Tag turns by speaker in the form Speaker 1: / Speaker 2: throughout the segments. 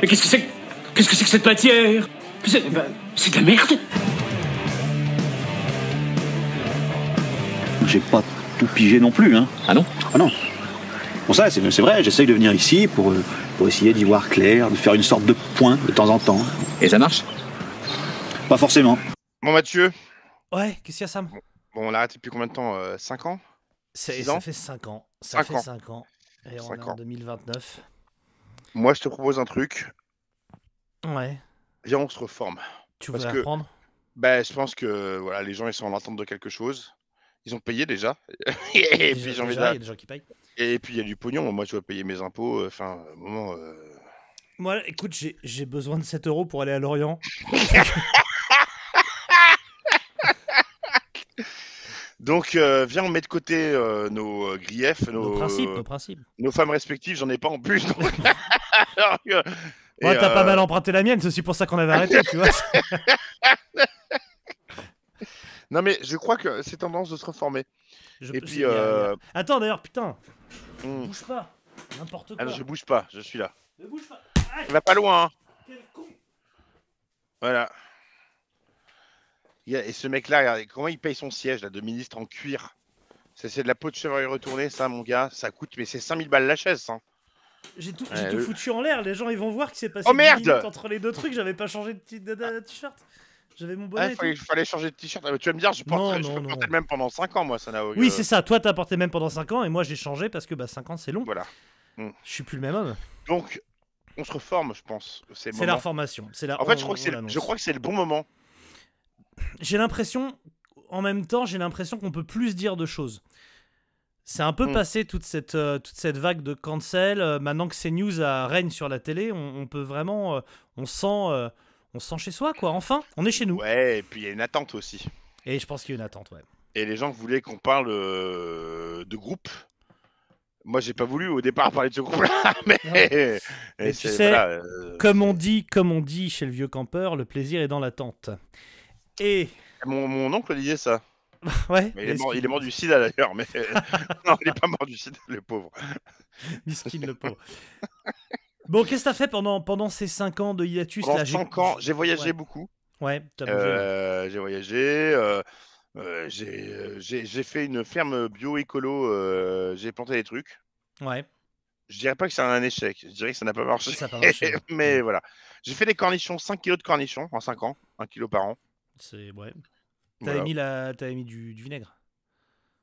Speaker 1: Mais qu'est-ce que c'est que- Qu'est-ce que c'est que cette matière C'est bah, c'est de la merde
Speaker 2: J'ai pas tout pigé non plus, hein.
Speaker 3: Ah non
Speaker 2: Ah non. Bon, ça, c'est c'est vrai, j'essaye de venir ici pour, euh, pour essayer d'y voir clair, de faire une sorte de point de temps en temps.
Speaker 3: Et ça marche
Speaker 2: Pas forcément.
Speaker 4: Bon, Mathieu,
Speaker 5: Ouais, qu'est-ce qu'il y a, Sam
Speaker 4: bon, on l'a arrêté depuis combien de temps 5 ans
Speaker 5: C'est-
Speaker 4: Six
Speaker 5: Ça
Speaker 4: ans
Speaker 5: fait 5 ans. Ça
Speaker 4: Cinq
Speaker 5: fait
Speaker 4: ans.
Speaker 5: 5 ans. Et on
Speaker 4: Cinq
Speaker 5: est en
Speaker 4: ans.
Speaker 5: 2029.
Speaker 4: Moi, je te propose un truc.
Speaker 5: Ouais.
Speaker 4: Viens, on se reforme.
Speaker 5: Tu
Speaker 4: Parce
Speaker 5: veux
Speaker 4: que-
Speaker 5: apprendre
Speaker 4: Ben, je pense que voilà, les gens, ils sont en attente de quelque chose. Ils ont payé déjà. et,
Speaker 5: Déjà-
Speaker 4: eh, puis, j'ai envie
Speaker 5: déjà,
Speaker 4: d'a-
Speaker 5: Il y a des gens qui payent.
Speaker 4: et puis, il y a du pognon. Moi, je dois payer mes impôts. Enfin, au moment. euh,
Speaker 5: Moi, écoute, j'ai- j'ai besoin de 7 euros pour aller à Lorient.
Speaker 4: Donc, euh, viens, on met de côté euh, nos euh, griefs, nos,
Speaker 5: Nos principes, nos principes.
Speaker 4: nos femmes respectives. J'en ai pas en plus. donc. Alors que- et,
Speaker 5: Ouais, t'as
Speaker 4: euh,
Speaker 5: pas mal emprunté la mienne, c'est aussi pour ça qu'on avait arrêté, tu vois.
Speaker 4: Non, mais je crois que c'est tendance de se reformer.
Speaker 5: Je-
Speaker 4: Et
Speaker 5: je- il
Speaker 4: puis,
Speaker 5: y a- il y a-
Speaker 4: euh,
Speaker 5: Attends d'ailleurs, putain,
Speaker 4: hmm.
Speaker 5: bouge pas. N'importe
Speaker 4: Ah
Speaker 5: quoi.
Speaker 4: non, je bouge pas, je suis là.
Speaker 5: Ne bouge pas.
Speaker 4: On va pas loin. hein.
Speaker 5: Quel con.
Speaker 4: Voilà. Il y a- Et ce mec-là, regardez, comment il paye son siège là, de ministre en cuir Ça, C'est de la peau de chevreuil retournée, ça, mon gars. Ça coûte, mais c'est 5000 balles la chaise. hein.
Speaker 5: J'ai tout, j'ai
Speaker 4: Ouais,
Speaker 5: tout
Speaker 4: le-
Speaker 5: foutu en l'air, les gens ils vont voir qu'il s'est passé
Speaker 4: Oh,
Speaker 5: 10
Speaker 4: merde
Speaker 5: minutes entre les deux trucs, j'avais pas changé de t- de- de- de t-shirt. J'avais mon
Speaker 4: Ah,
Speaker 5: bonnet.
Speaker 4: Il
Speaker 5: et
Speaker 4: fallait, fallait changer de t-shirt. Ah, mais tu vas me dire, je, porte,
Speaker 5: Non,
Speaker 4: je
Speaker 5: non,
Speaker 4: peux
Speaker 5: non.
Speaker 4: porter le même pendant 5 ans, moi, euh, ça n'a
Speaker 5: tout. Oui, c'est ça, toi t'as porté même pendant 5 ans et moi j'ai changé parce que bah 5 ans c'est long.
Speaker 4: Voilà.
Speaker 5: Je suis plus le même homme.
Speaker 4: Donc, on se reforme, je pense. C'est le
Speaker 5: C'est la
Speaker 4: moment.
Speaker 5: reformation. C'est la
Speaker 4: bah, En fait,
Speaker 5: on-
Speaker 4: je crois que
Speaker 5: on
Speaker 4: c'est le-
Speaker 5: l'annonce.
Speaker 4: je crois que c'est le bon moment.
Speaker 5: j'ai l'impression, en même temps, j'ai l'impression qu'on peut plus dire de choses. C'est un peu
Speaker 4: Mm.
Speaker 5: passé toute cette, euh, toute cette vague de cancel. euh, maintenant que CNews a, règne sur la télé, on, on peut vraiment. euh, on, sent, euh, on se sent chez soi, quoi. Enfin, on est chez nous.
Speaker 4: Ouais, et puis il y a une attente aussi.
Speaker 5: Et je pense qu'il y a une attente, ouais.
Speaker 4: Et les gens voulaient qu'on parle euh, de groupe. Moi, j'ai pas voulu au départ parler de ce groupe-là, mais.
Speaker 5: Ah Ouais.
Speaker 4: et
Speaker 5: Mais tu
Speaker 4: c'est-
Speaker 5: sais,
Speaker 4: voilà, euh,
Speaker 5: Comme on dit, comme on dit chez le vieux campeur, le plaisir est dans l'attente. Et.
Speaker 4: mon, mon oncle disait ça.
Speaker 5: Ouais.
Speaker 4: Mais il, est
Speaker 5: est-ce
Speaker 4: mort,
Speaker 5: qu'il-
Speaker 4: il est mort du sida d'ailleurs, mais non, il est pas mort du sida, le pauvre.
Speaker 5: Miskin le pauvre. Bon, qu'est-ce que t'as fait pendant, pendant ces 5 ans de hiatus
Speaker 4: Pendant
Speaker 5: là, j'ai-
Speaker 4: 5 ans, j'ai voyagé
Speaker 5: Ouais.
Speaker 4: beaucoup.
Speaker 5: Ouais, t'as bougé, ouais.
Speaker 4: Euh, j'ai voyagé. euh, euh, j'ai euh, j'ai- j'ai fait une ferme bio-écolo. euh, j'ai planté des trucs.
Speaker 5: Ouais,
Speaker 4: Je dirais pas que c'est un échec. Je dirais que ça n'a pas marché.
Speaker 5: ça a pas marché. Mm.
Speaker 4: mais voilà. J'ai fait des cornichons, 5 kilos de cornichons en 5 ans, 1 kilo par an.
Speaker 5: C'est ouais. T'avais
Speaker 4: Voilà.
Speaker 5: mis la, t'avais mis du, du vinaigre.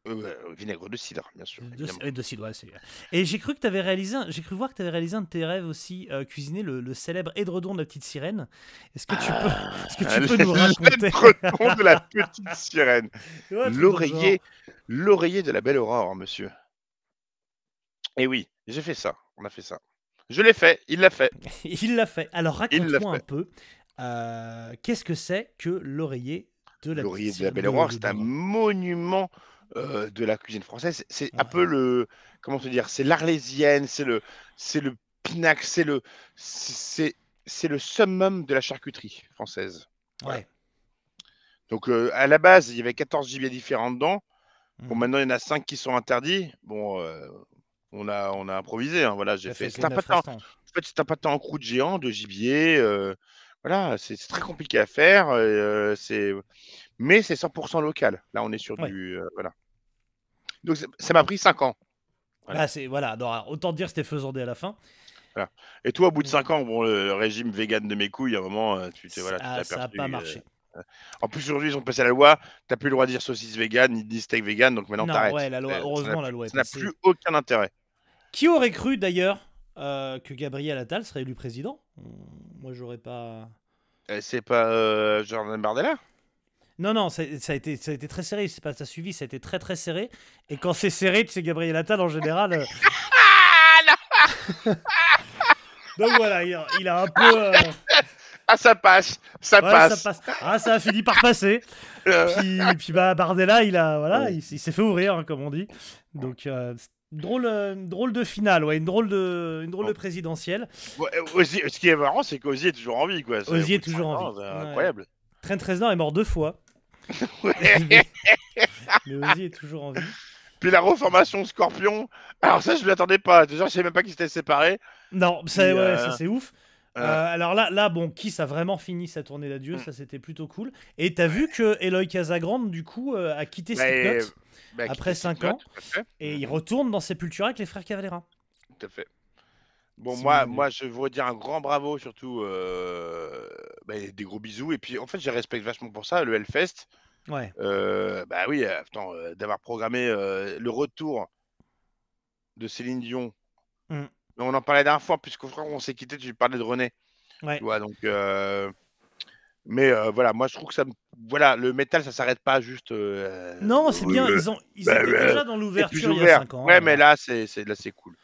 Speaker 4: Euh, ouais, vinaigre de cidre, bien sûr.
Speaker 5: De,
Speaker 4: évidemment.
Speaker 5: ouais, de cidre, ouais, c'est- Et j'ai cru que t'avais réalisé, un- j'ai cru voir que t'avais réalisé un de tes rêves aussi, euh, cuisiner le, le célèbre édredon de la petite sirène. Est-ce que tu
Speaker 4: Ah,
Speaker 5: peux, est-ce que tu peux nous raconter
Speaker 4: L'édredon de la petite sirène.
Speaker 5: Ouais, un truc dans le
Speaker 4: L'oreiller, l'oreiller de la belle aurore, monsieur. Et oui, j'ai fait ça. On a fait ça. Je l'ai fait. Il l'a fait.
Speaker 5: genre. Il l'a fait. Alors
Speaker 4: Il l'a
Speaker 5: raconte-moi un peu. euh, qu'est-ce que c'est que l'oreiller de la
Speaker 4: L'oreiller
Speaker 5: petite
Speaker 4: de la
Speaker 5: sirène
Speaker 4: belle
Speaker 5: de
Speaker 4: aurore, c'est un
Speaker 5: l'oreiller
Speaker 4: monument euh, de la cuisine française. C'est c'est un
Speaker 5: Ouais.
Speaker 4: peu le, comment te dire, c'est l'arlésienne, c'est le, c'est le pinacle, c'est le, c'est, c'est le summum de la charcuterie française.
Speaker 5: de l'oreiller. Ouais.
Speaker 4: Donc euh, à la base, il y avait 14 gibiers différents dedans. Bon,
Speaker 5: Mhm.
Speaker 4: maintenant il y en a 5 qui sont interdits. Bon, euh, on a, on a improvisé. hein, voilà, j'ai
Speaker 5: T'as
Speaker 4: fait.
Speaker 5: fait
Speaker 4: C'était un
Speaker 5: neuf
Speaker 4: patin-
Speaker 5: instants.
Speaker 4: En fait, c'est un pâté en croûte géant de gibier. euh, voilà, c'est c'est très compliqué à faire. euh, c'est- mais c'est 100% local. Là, on est sur
Speaker 5: Ouais.
Speaker 4: du. euh, voilà. Donc, c'est- ça m'a pris 5 ans. Voilà.
Speaker 5: Bah, c'est voilà. non, alors, autant dire c'était faisandé à la fin.
Speaker 4: Et toi, au bout de
Speaker 5: Mm.
Speaker 4: 5 ans, bon, le, le régime vegan de mes couilles, à un moment, euh, tu t'es- voilà, tu
Speaker 5: Ah,
Speaker 4: t'es
Speaker 5: ça a
Speaker 4: aperçu,
Speaker 5: pas
Speaker 4: euh,
Speaker 5: marché.
Speaker 4: En plus, aujourd'hui, ils ont passé la loi. T'as plus le droit de dire saucisse vegan, ni de dire steak vegan. Donc maintenant, t'arrêtes.
Speaker 5: ouais, la loi.
Speaker 4: Euh, ça
Speaker 5: heureusement,
Speaker 4: n'a-
Speaker 5: la loi est
Speaker 4: Ça n'a
Speaker 5: passée.
Speaker 4: plus aucun intérêt.
Speaker 5: Qui aurait cru d'ailleurs euh, que Gabriel Attal serait élu président On- Moi, j'aurais pas.
Speaker 4: Euh, C'est pas euh, Jordan Bardella
Speaker 5: Non, non, ça, ça a été, ça a été très serré. C'est pas ça a suivi, ça a été très très serré. Et quand c'est serré, tu sais, Gabriel Attal en général. euh, Donc voilà, il a, il a un peu. euh,
Speaker 4: Ah, ça passe Ça
Speaker 5: ouais,
Speaker 4: passe
Speaker 5: Ça passe. Ah, ça a fini par passer.
Speaker 4: Euh,
Speaker 5: Puis, puis bah, Bardella, il a, voilà,
Speaker 4: Ouais.
Speaker 5: il, s- il s'est fait ouvrir, hein, comme on dit. Donc euh, c'est une drôle, euh, une drôle de finale, ouais, une drôle de, une drôle
Speaker 4: Oh.
Speaker 5: de présidentielle.
Speaker 4: Ouais, euh, Ozzy- ce qui est marrant, c'est qu'Ozzy est toujours en vie, quoi. C'est-
Speaker 5: Ozzy
Speaker 4: au
Speaker 5: est
Speaker 4: bout de
Speaker 5: toujours
Speaker 4: cinq
Speaker 5: en
Speaker 4: ans,
Speaker 5: vie.
Speaker 4: c'est
Speaker 5: Ouais.
Speaker 4: Incroyable.
Speaker 5: Trent Reznor est mort deux fois.
Speaker 4: Ouais.
Speaker 5: Mais Ozzy est toujours en vie.
Speaker 4: Puis la reformation Scorpion. Alors ça, je ne m'y attendais pas. Déjà, je ne savais même pas qu'ils s'étaient séparés.
Speaker 5: Non, ça,
Speaker 4: Puis,
Speaker 5: ouais,
Speaker 4: euh,
Speaker 5: ça, c'est ouf. Euh, alors là, là, bon, Kiss a vraiment fini sa tournée d'adieu,
Speaker 4: Mm.
Speaker 5: ça c'était plutôt cool. Et t'as vu que Eloy Casagrande, du coup, euh, a quitté
Speaker 4: Mais-
Speaker 5: Slipknot
Speaker 4: bah,
Speaker 5: après
Speaker 4: Kitty
Speaker 5: 5
Speaker 4: Scott,
Speaker 5: ans
Speaker 4: tout à fait.
Speaker 5: et il retourne dans Sepultura avec les frères Cavalera.
Speaker 4: Tout à fait. Bon,
Speaker 5: Si
Speaker 4: moi,
Speaker 5: vous voulez.
Speaker 4: moi, je voudrais dire un grand bravo, surtout euh, bah, des gros bisous. Et puis, en fait, je les respecte vachement pour ça, le Hellfest.
Speaker 5: Ouais.
Speaker 4: Euh, bah oui, euh, attends, euh, d'avoir programmé euh, le retour de Céline Dion.
Speaker 5: Mm.
Speaker 4: Mais on en parlait d'un fois, puisqu'au frère, on s'est quitté, tu parlais de René.
Speaker 5: Ouais.
Speaker 4: Tu vois, donc. euh, Mais euh, voilà, moi je trouve que ça, me- voilà, le métal ça s'arrête pas juste. euh,
Speaker 5: Non, c'est
Speaker 4: euh,
Speaker 5: bien,
Speaker 4: euh,
Speaker 5: ils, ont, ils
Speaker 4: bah,
Speaker 5: étaient
Speaker 4: ouais,
Speaker 5: déjà dans
Speaker 4: c'est plus
Speaker 5: l'ouverture il y a
Speaker 4: ouvert.
Speaker 5: 5 ans.
Speaker 4: Ouais,
Speaker 5: hein.
Speaker 4: mais là c'est, c'est là c'est cool.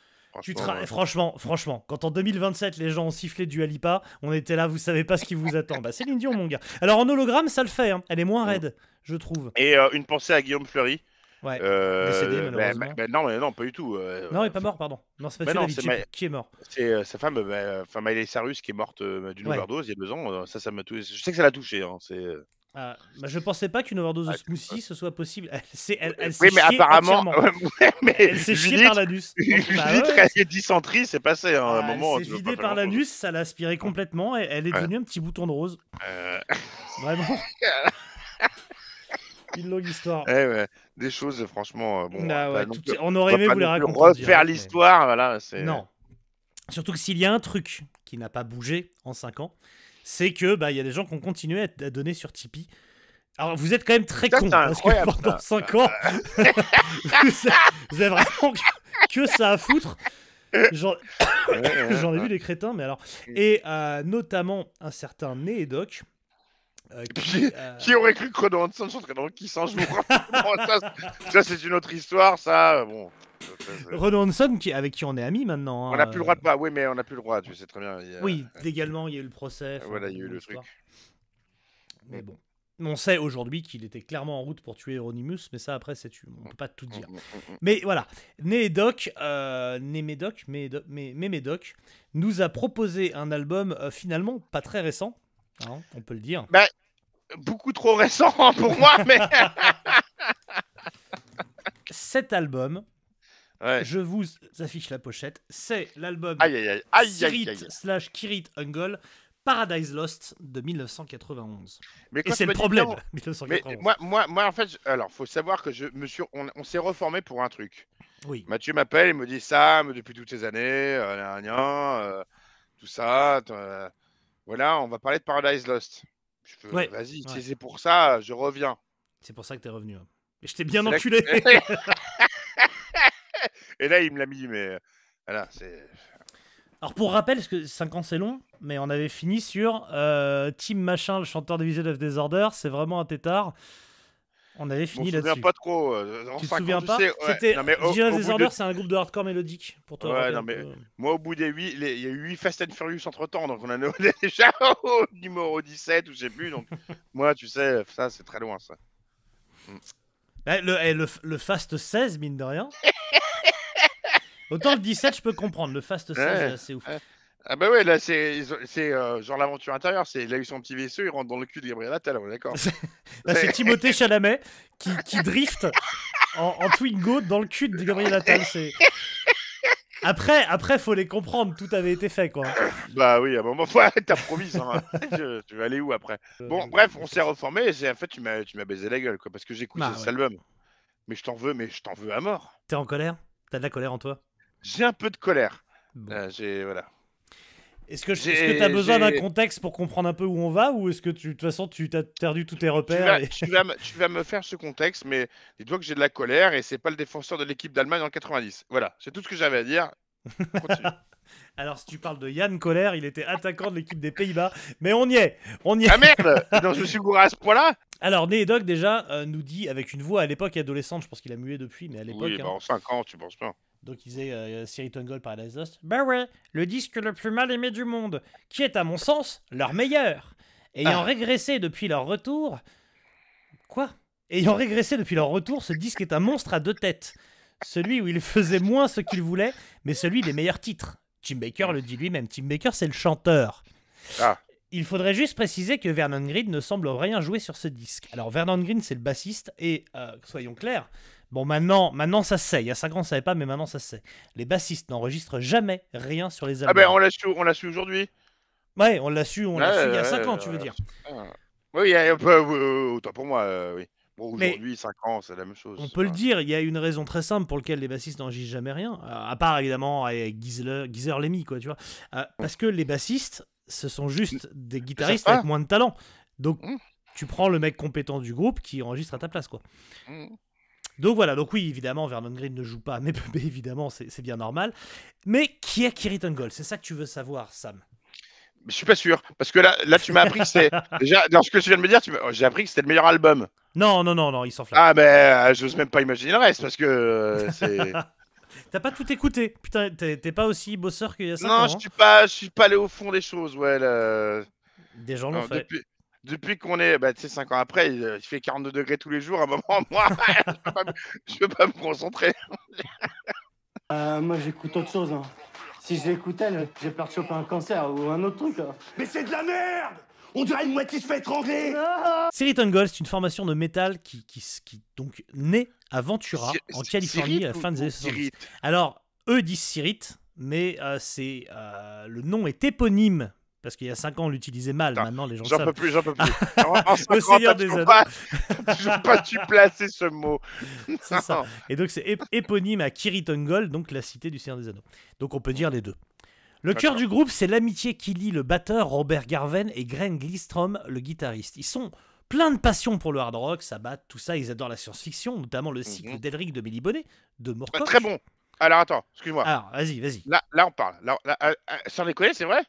Speaker 5: Tu
Speaker 4: Franchement,
Speaker 5: tra-
Speaker 4: euh,
Speaker 5: Franchement, franchement, quand en 2027 les gens ont sifflé du Alipa, on était là, vous savez pas ce qui vous attend. Bah, Céline Dion, mon gars. Alors en hologramme, ça le fait, hein. elle est moins
Speaker 4: Mm.
Speaker 5: raide, je trouve.
Speaker 4: Et euh, une pensée à Guillaume Fleury.
Speaker 5: Ouais,
Speaker 4: Euh,
Speaker 5: décédé,
Speaker 4: bah,
Speaker 5: malheureusement.
Speaker 4: bah, bah, non, mais non, pas du tout. euh,
Speaker 5: Non, il est pas mort, pardon. Non, c'est pas
Speaker 4: Mais
Speaker 5: celui-là,
Speaker 4: non,
Speaker 5: David,
Speaker 4: c'est
Speaker 5: je sais
Speaker 4: ma-
Speaker 5: plus qui est mort.
Speaker 4: C'est euh, sa femme, bah, enfin Miley Cyrus, qui est morte euh, d'une
Speaker 5: Ouais.
Speaker 4: overdose il y a deux ans. euh, ça, ça m'a tou- Je sais que ça l'a touché. Hein, c'est... euh,
Speaker 5: Ah, bah, je pensais pas qu'une overdose de
Speaker 4: Ah,
Speaker 5: smoothie ce soit possible. Elle, s'est- elle, elle s'est
Speaker 4: Oui, mais
Speaker 5: chiée
Speaker 4: apparemment.
Speaker 5: entièrement.
Speaker 4: Ouais, mais
Speaker 5: Elle s'est chiée
Speaker 4: Judith-
Speaker 5: par l'anus.
Speaker 4: Judith,
Speaker 5: Bah ouais,
Speaker 4: elle est dysenterie, c'est passé hein, à un
Speaker 5: ah,
Speaker 4: moment.
Speaker 5: elle
Speaker 4: tu
Speaker 5: s'est
Speaker 4: peux
Speaker 5: vidée
Speaker 4: pas
Speaker 5: par
Speaker 4: faire grand-chose.
Speaker 5: l'anus, ça l'a aspiré complètement et elle est
Speaker 4: Ouais.
Speaker 5: devenue un petit bouton de rose.
Speaker 4: Euh,
Speaker 5: Vraiment. Une longue histoire.
Speaker 4: ouais, eh ouais, des choses, franchement. euh, Bon,
Speaker 5: Ah
Speaker 4: on
Speaker 5: ouais,
Speaker 4: va pas non
Speaker 5: tout-
Speaker 4: plus-
Speaker 5: on
Speaker 4: on
Speaker 5: aurait
Speaker 4: va
Speaker 5: aimé
Speaker 4: pas
Speaker 5: vous la
Speaker 4: non plus
Speaker 5: raconter. en
Speaker 4: refaire
Speaker 5: direct, mais-
Speaker 4: l'histoire, voilà. C'est...
Speaker 5: Non. Surtout que s'il y a un truc qui n'a pas bougé en 5 ans, c'est que bah il y a des gens qui ont continué à, à donner sur Tipeee. Alors vous êtes quand même très
Speaker 4: Ça,
Speaker 5: cons
Speaker 4: c'est
Speaker 5: parce que
Speaker 4: incroyable,
Speaker 5: pendant
Speaker 4: ça.
Speaker 5: 5 ans, vous, avez- vous avez vraiment que- que ça à foutre. Genre,
Speaker 4: Ouais, ouais,
Speaker 5: J'en ai
Speaker 4: ouais.
Speaker 5: vu des crétins, mais alors. Et euh, notamment un certain Néédoc. euh, qui, euh,
Speaker 4: Qui aurait cru que Renaud Hanson chanterait dans qui sans jour hein. Bon, ça, c'est- ça, c'est une autre histoire, ça. euh, Bon.
Speaker 5: Renaud Hanson, qui, avec qui on est amis maintenant. hein,
Speaker 4: On
Speaker 5: n'a
Speaker 4: n'a plus le droit de pas. Oui, mais on n'a plus le droit, tu sais très bien. il y a-
Speaker 5: euh. Oui, légalement, il y a eu le procès. enfin,
Speaker 4: euh, Voilà, il y a eu
Speaker 5: une
Speaker 4: le
Speaker 5: histoire.
Speaker 4: truc.
Speaker 5: Mais bon. On sait aujourd'hui qu'il était clairement en route pour tuer Euronymous, mais ça, après, c'est tu. On peut pas tout dire.
Speaker 4: Mm, mm, mm.
Speaker 5: Mais voilà, Némédoc, euh, Némédoc, Médoc- Mé- Mémédoc nous a proposé un album euh, finalement pas très récent, hein, on peut le dire.
Speaker 4: Beaucoup trop récent hein, pour moi, mais.
Speaker 5: Cet album,
Speaker 4: Ouais.
Speaker 5: je vous affiche la pochette, c'est l'album
Speaker 4: Aïe, aïe, aïe, aïe, aïe,
Speaker 5: Sirit
Speaker 4: aïe.
Speaker 5: slash Kirit Ungol Paradise Lost de 1991.
Speaker 4: Mais
Speaker 5: Et
Speaker 4: quand
Speaker 5: c'est
Speaker 4: tu
Speaker 5: le
Speaker 4: m'as dit
Speaker 5: problème,
Speaker 4: non, Mais
Speaker 5: 1991.
Speaker 4: moi, moi, moi, en fait, je- alors, faut savoir que je me suis, on, on s'est reformé pour un truc.
Speaker 5: Oui,
Speaker 4: Mathieu m'appelle, il me dit Sam, depuis toutes ces années, euh, gna, gna, euh, tout ça, t- euh, voilà, on va parler de Paradise Lost. Je fais,
Speaker 5: Ouais,
Speaker 4: Vas-y, si
Speaker 5: ouais.
Speaker 4: c'est pour ça, je reviens.
Speaker 5: c'est pour ça que t'es revenu. hein. Et je t'ai bien
Speaker 4: C'est là
Speaker 5: enculé.
Speaker 4: Et là, il me l'a mis, mais euh, voilà, c'est.
Speaker 5: Alors pour rappel, parce que 5 ans c'est long, mais on avait fini sur euh, Tim Machin, le chanteur de Visual of Disorder, c'est vraiment un tétard. On avait
Speaker 4: Je me
Speaker 5: fini
Speaker 4: souviens
Speaker 5: là-dessus.
Speaker 4: pas trop. euh, en
Speaker 5: Tu te
Speaker 4: cinq ans,
Speaker 5: souviens
Speaker 4: tu
Speaker 5: pas
Speaker 4: sais, ouais.
Speaker 5: C'était
Speaker 4: Non, mais au-
Speaker 5: Visual
Speaker 4: au
Speaker 5: of
Speaker 4: bout de-
Speaker 5: Disorder, c'est un groupe de hardcore mélodique pour toi.
Speaker 4: Ouais, non, mais- Moi, au bout des 8, il y a eu 8 Fast and Furious entre temps, donc on en est déjà au numéro 17 ou je sais plus. Donc, moi, tu sais, ça, c'est très loin, ça.
Speaker 5: le, eh, le- le Fast 16 mine de rien. Autant le 17, je peux comprendre. Le Fast 16,
Speaker 4: Ouais.
Speaker 5: c'est assez ouf.
Speaker 4: Ah, bah ouais, là, c'est ils ont- c'est, euh, genre l'aventure intérieure. c'est Il a eu son petit vaisseau, il rentre dans le cul de Gabriel Attal, on est d'accord.
Speaker 5: Là, c'est Timothée Chalamet qui, qui drift en, en Twingo dans le cul de Gabriel Attal. c'est- Après, après, faut les comprendre. Tout avait été fait, quoi.
Speaker 4: bah oui, à un moment, faut arrêter ta promise. hein. Je- tu vas aller où après
Speaker 5: Euh,
Speaker 4: Bon, bref, on s'est reformé et j'ai- en fait, tu m'as tu m'as baisé la gueule, quoi, parce que j'écoute
Speaker 5: Bah,
Speaker 4: cet
Speaker 5: ouais.
Speaker 4: album. Mais je t'en veux, mais je t'en veux à mort.
Speaker 5: T'es en colère T'as de la colère en toi
Speaker 4: J'ai un peu de colère.
Speaker 5: Bon.
Speaker 4: Euh, j'ai, voilà.
Speaker 5: Est-ce que je-
Speaker 4: j'ai-
Speaker 5: est-ce que t'as besoin d'un
Speaker 4: j'ai-
Speaker 5: contexte pour comprendre un peu où on va ou est-ce que tu, de toute façon tu t'as perdu tous tes
Speaker 4: tu
Speaker 5: repères
Speaker 4: vas,
Speaker 5: et-
Speaker 4: tu vas me- tu vas me faire ce contexte, mais dis-toi que j'ai de la colère et c'est pas le défenseur de l'équipe d'Allemagne en 90. Voilà, c'est tout ce que j'avais à dire. Continue.
Speaker 5: Alors si tu parles de Yann Kohler, il était attaquant de l'équipe des Pays-Bas, mais on y est, on y est.
Speaker 4: ah merde Non, je me suis gouré à ce point-là
Speaker 5: Alors Nédoc déjà euh, nous dit avec une voix à l'époque adolescente, je pense qu'il a mué depuis, mais à l'époque.
Speaker 4: Oui, bah,
Speaker 5: hein.
Speaker 4: en 5 ans, tu penses pas.
Speaker 5: Donc il disait euh, Siri Tungol Paradise Lost. Bah ouais, le disque le plus mal aimé du monde, qui est à mon sens leur meilleur. Ayant
Speaker 4: Ah.
Speaker 5: régressé depuis leur retour. Quoi Ayant régressé depuis leur retour, ce disque est un monstre à deux têtes. Celui où il faisait moins ce qu'il voulait, mais celui des meilleurs titres. Tim Baker le dit lui-même. Tim Baker, c'est le chanteur.
Speaker 4: Ah.
Speaker 5: Il faudrait juste préciser que Vernon Green ne semble rien jouer sur ce disque. Alors Vernon Green, c'est le bassiste, et euh, soyons clairs, Bon, maintenant, maintenant ça se sait. Il y a 5 ans, on savait pas, mais maintenant ça se sait. Les bassistes n'enregistrent jamais rien sur les
Speaker 4: Ah
Speaker 5: albums.
Speaker 4: ben, on l'a su, on l'a su aujourd'hui.
Speaker 5: Ouais, on l'a su, on l'a su il y a 5 ans, tu veux dire.
Speaker 4: Oui, il y a- bah, oui, oui, autant pour moi, euh, oui. Bon,
Speaker 5: Mais-
Speaker 4: aujourd'hui, 5 ans, c'est la même chose.
Speaker 5: On peut le dire, il y a une raison très simple pour laquelle les bassistes n'enregistrent jamais rien, euh, à part évidemment avec Geezer, Geezer Lemmy, quoi, tu vois. Euh, parce que les bassistes, ce sont juste des guitaristes
Speaker 4: pas.
Speaker 5: avec moins de talent. Donc,
Speaker 4: Mm.
Speaker 5: tu prends le mec compétent du groupe qui enregistre à ta place, quoi.
Speaker 4: Mm.
Speaker 5: Donc voilà, donc oui, évidemment, Vernon Green ne joue pas à mes bébés, évidemment, c'est c'est bien normal. Mais qui est Kiri Tungle C'est ça que tu veux savoir, Sam.
Speaker 4: Mais Je suis pas sûr, parce que là, là tu m'as appris que c'est. Déjà, dans ce que tu viens de me dire, tu m'as- oh, j'ai appris que c'était le meilleur album.
Speaker 5: Non, non, non, non, il s'enflamme.
Speaker 4: Ah, mais euh, j'ose même pas imaginer le reste, parce que euh, c'est.
Speaker 5: T'as pas tout écouté. Putain, t'es t'es pas aussi bosseur qu'il y a 5
Speaker 4: non,
Speaker 5: ans.
Speaker 4: je
Speaker 5: hein.
Speaker 4: suis pas, je suis pas allé au fond des choses, ouais. là.
Speaker 5: Des gens l'ont
Speaker 4: Non,
Speaker 5: fait.
Speaker 4: depuis depuis qu'on est, bah, tu sais, 5 ans après, il, il fait 42 degrés tous les jours, à un moment, moi, je peux pas, me- je peux pas me concentrer.
Speaker 3: Euh, moi, j'écoute autre chose. hein. Si je l'écoutais, le- j'ai peur de choper un cancer ou un autre truc. hein.
Speaker 6: Mais c'est de la merde On dirait une moitié se fait étrangler
Speaker 5: City Gold, c'est une formation de métal qui, qui, qui donc naît à Ventura,
Speaker 4: Cy-
Speaker 5: en
Speaker 4: Cy-
Speaker 5: Californie,
Speaker 4: Cyrite
Speaker 5: à la
Speaker 4: ou-
Speaker 5: fin des
Speaker 4: ou
Speaker 5: années 70.
Speaker 4: Cyrite
Speaker 5: Alors, eux disent Cyrite, mais euh, c'est euh, le nom est éponyme, parce qu'il y a 5 ans, on l'utilisait mal,
Speaker 4: Putain,
Speaker 5: maintenant les gens le
Speaker 4: J'en
Speaker 5: savent.
Speaker 4: peux plus, j'en peux plus. En, en cinq
Speaker 5: Le
Speaker 4: ans,
Speaker 5: Seigneur
Speaker 4: t'as
Speaker 5: des
Speaker 4: toujours
Speaker 5: Anneaux.
Speaker 4: pas, t'as toujours pas tu placer ce mot. bah,
Speaker 5: C'est ça. Et donc, c'est ép- éponyme à Kiritongol, donc la cité du Seigneur des Anneaux. Donc, on peut dire les deux. Le cœur
Speaker 4: D'accord.
Speaker 5: du groupe, c'est l'amitié qui lie le batteur Robert Garven et Gren Glistrom, le guitariste. Ils sont pleins de passion pour le hard rock, ça bat, tout ça. Ils adorent la science-fiction, notamment le cycle
Speaker 4: Mhm.
Speaker 5: d'Elric de Billy Bonnet, de
Speaker 4: Pas
Speaker 5: Moorcock.
Speaker 4: Très bon. Alors attends, excuse-moi.
Speaker 5: Alors, vas-y, vas-y.
Speaker 4: Là, là, on parle. Là, là, euh, euh, sans déconner, c'est vrai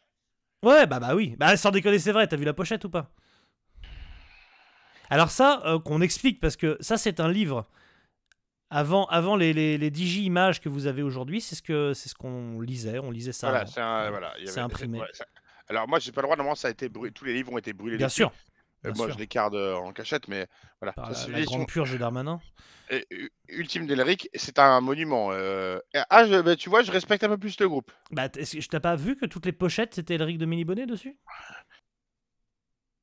Speaker 5: Ouais, bah bah oui. Bah sans déconner, c'est vrai, t'as vu la pochette ou pas Alors ça, euh, qu'on explique, parce que ça, c'est un livre. Avant, avant les, les, les digi images que vous avez aujourd'hui, c'est ce que c'est ce qu'on lisait. On lisait ça.
Speaker 4: Voilà,
Speaker 5: avant.
Speaker 4: c'est un. Voilà, il y
Speaker 5: C'est
Speaker 4: avait-
Speaker 5: imprimé.
Speaker 4: ouais, ça- Alors moi, j'ai pas le droit. Normalement, ça a été brûlé. Tous les livres ont été brûlés.
Speaker 5: Bien
Speaker 4: depuis.
Speaker 5: sûr.
Speaker 4: Euh,
Speaker 5: bien
Speaker 4: moi,
Speaker 5: sûr.
Speaker 4: je les garde euh, en cachette, mais voilà.
Speaker 5: Par
Speaker 4: Ça,
Speaker 5: la,
Speaker 4: c'est
Speaker 5: la
Speaker 4: une édition
Speaker 5: grande purge d'Armanin.
Speaker 4: Euh, U- Ultime d'Elric, c'est un monument. euh. Ah, je- bah, tu vois, je respecte un peu plus le groupe.
Speaker 5: Bah, t'es- est-ce que je t'ai pas vu que toutes les pochettes c'était Elric de Mini Bonnet dessus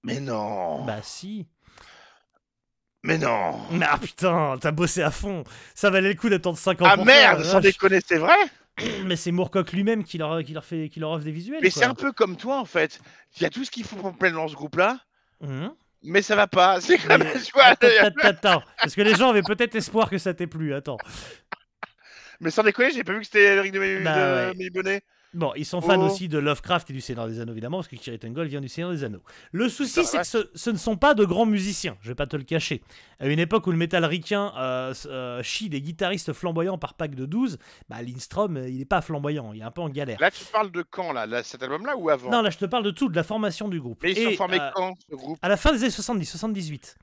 Speaker 4: Mais non
Speaker 5: Bah si.
Speaker 4: Mais non
Speaker 5: Ah putain, t'as bossé à fond. Ça valait le coup d'attendre 50 ans. euh,
Speaker 4: Ah merde Sans déconner, c'est vrai
Speaker 5: Mais c'est Moorcock lui-même qui leur qui leur fait qui leur offre des visuels.
Speaker 4: Mais c'est
Speaker 5: quoi.
Speaker 4: un peu comme toi, en fait. Il y a tout ce qu'il faut pour plaire dans ce groupe-là,
Speaker 5: Mhm.
Speaker 4: mais ça va pas. C'est comme,
Speaker 5: Mais-
Speaker 4: tu vois,
Speaker 5: Attends, attends, attends, parce que les gens avaient peut-être espoir que ça t'ait plu. Attends.
Speaker 4: Mais sans déconner, j'ai pas vu que c'était Elric de Mé-
Speaker 5: Bah
Speaker 4: de
Speaker 5: ouais.
Speaker 4: Mélibonnet.
Speaker 5: Bon, ils sont fans
Speaker 4: Oh.
Speaker 5: aussi de Lovecraft et du Seigneur des Anneaux, évidemment, parce que Kiri Tungle vient du Seigneur des Anneaux. Le souci,
Speaker 4: Putain,
Speaker 5: c'est
Speaker 4: la
Speaker 5: que ce, ce ne sont pas de grands musiciens, je vais pas te le cacher. À une époque où le métal ricain euh, s- euh, chie des guitaristes flamboyants par pack de 12, bah Lindstrom, euh, il est pas flamboyant, il est un peu en galère.
Speaker 4: Là, tu parles de quand, là, là, Cet album-là ou avant
Speaker 5: Non, là, je te parle de tout, de la formation du groupe.
Speaker 4: Mais ils
Speaker 5: Et,
Speaker 4: sont formés
Speaker 5: euh,
Speaker 4: quand, ce groupe
Speaker 5: à la fin des années 70, 78.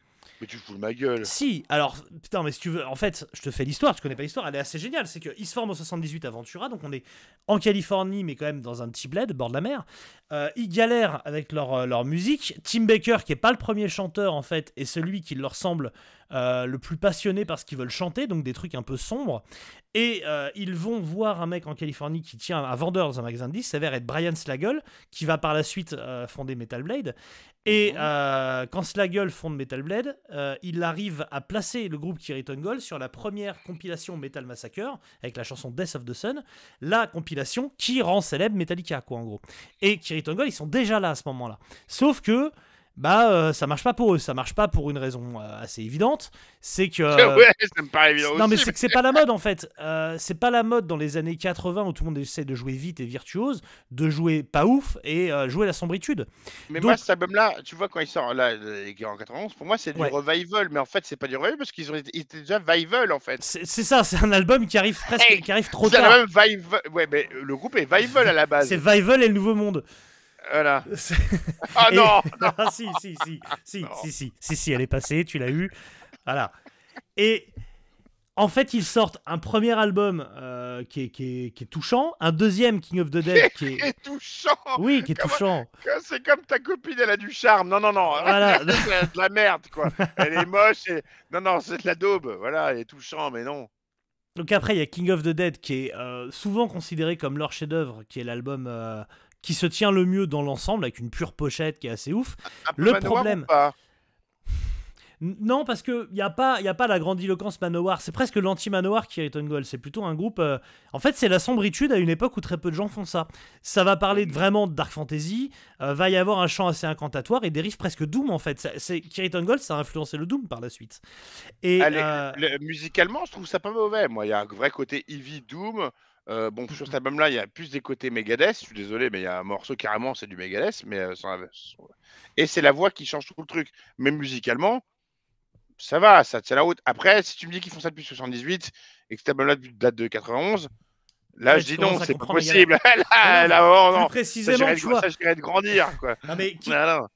Speaker 4: Mais tu fous de ma gueule.
Speaker 5: Si, alors, putain, mais si tu veux, en fait, je te fais l'histoire, tu connais pas l'histoire, elle est assez géniale. C'est qu'ils se forment au 78 à Ventura, donc on est en Californie, mais quand même dans un petit bled, bord de la mer. Euh, ils galèrent avec leur, euh, leur musique. Tim Baker, qui est pas le premier chanteur, en fait, est celui qui leur semble euh, le plus passionné par ce qu'ils veulent chanter, donc des trucs un peu sombres. Et euh, ils vont voir un mec en Californie qui tient un vendeur dans un magasin de disques, s'avère être Brian Slagle, qui va par la suite euh, fonder Metal Blade.
Speaker 4: Mhm.
Speaker 5: Et euh, quand Slagle fonde Metal Blade, euh, il arrive à placer le groupe Kiritongol sur la première compilation Metal Massacre avec la chanson Death of the Sun, la compilation qui rend célèbre Metallica, quoi, en gros. Et Kiritongol, ils sont déjà là à ce moment-là. Sauf que. Bah, euh, ça marche pas pour eux, ça marche pas pour une raison euh, assez évidente, c'est que.
Speaker 4: ouais, ça me paraît évident
Speaker 5: euh, Non, mais
Speaker 4: aussi,
Speaker 5: c'est
Speaker 4: mais-
Speaker 5: que c'est pas la mode en fait. Euh, c'est pas la mode dans les années 80 où tout le monde essaie de jouer vite et virtuose, de jouer pas ouf et euh, jouer la sombritude.
Speaker 4: Mais
Speaker 5: Donc-
Speaker 4: moi, cet album-là, tu vois, quand il sort là, euh, en 91, pour moi, c'est du
Speaker 5: Ouais.
Speaker 4: revival. Mais en fait, c'est pas du revival parce qu'ils ont été- ils étaient déjà vival en fait.
Speaker 5: C'est c'est ça, c'est un album qui arrive presque,
Speaker 4: Hey,
Speaker 5: qui arrive trop
Speaker 4: C'est la
Speaker 5: tard.
Speaker 4: même vival. Ouais, mais euh, le groupe est vival à la base.
Speaker 5: C'est Vival et le Nouveau Monde.
Speaker 4: Voilà.
Speaker 5: C'est-
Speaker 4: Ah
Speaker 5: Et-
Speaker 4: non
Speaker 5: Ah, si, si, si, si, si, si, si, si, elle est passée, tu l'as eu. Voilà. Et en fait, ils sortent un premier album euh, qui, est, qui, est, qui est touchant, un deuxième King of the Dead qui est.
Speaker 4: C'est touchant
Speaker 5: Oui, qui est touchant.
Speaker 4: C'est comme ta copine, elle a du charme. Non, non, non.
Speaker 5: Voilà.
Speaker 4: c'est de la merde, quoi. Elle est moche. et- Non, non, c'est de la daube. Voilà, elle est touchant, mais non.
Speaker 5: Donc après, il y a King of the Dead qui est euh, souvent considéré comme leur chef-d'œuvre, qui est l'album euh, qui se tient le mieux dans l'ensemble, avec une pure pochette qui est assez ouf.
Speaker 4: Un peu
Speaker 5: Le
Speaker 4: Manowar ou
Speaker 5: problème-
Speaker 4: pas
Speaker 5: N- Non, parce qu'il n'y a, pas- y a pas la grandiloquence Manowar. C'est presque l'anti-Manowar qui est Gold. C'est plutôt un groupe. euh, En fait, c'est la sombritude à une époque où très peu de gens font ça. Ça va parler de- vraiment de Dark Fantasy. euh, va y avoir un chant assez incantatoire et dérive presque Doom en fait. Ça- C'est Kiriton Gold, ça a influencé le Doom par la suite. Et
Speaker 4: Allez,
Speaker 5: euh,
Speaker 4: Le- musicalement, je trouve ça pas mauvais. Moi, il y a un vrai côté Eevee Doom. Euh, bon, sur cet album-là, il y a plus des côtés Megadeth. Je suis désolé, mais il y a un morceau carrément, c'est du Megadeth. Mais, euh, sans la- sans- Et c'est la voix qui change tout le truc. Mais musicalement, ça va, ça tient la route. Après, si tu me dis qu'ils font ça depuis 78 et que cet album-là depuis- date de 91, là,
Speaker 5: Ouais,
Speaker 4: je
Speaker 5: tu
Speaker 4: dis non,
Speaker 5: commences à
Speaker 4: c'est pas
Speaker 5: comprendre la
Speaker 4: possible. là,
Speaker 5: Ah non,
Speaker 4: là, oh,
Speaker 5: plus
Speaker 4: non. Ça,
Speaker 5: précisément,
Speaker 4: j'irais
Speaker 5: tu
Speaker 4: de-
Speaker 5: vois.
Speaker 4: ça, j'irais de grandir, quoi.
Speaker 5: Non, mais qui-
Speaker 4: Non, non.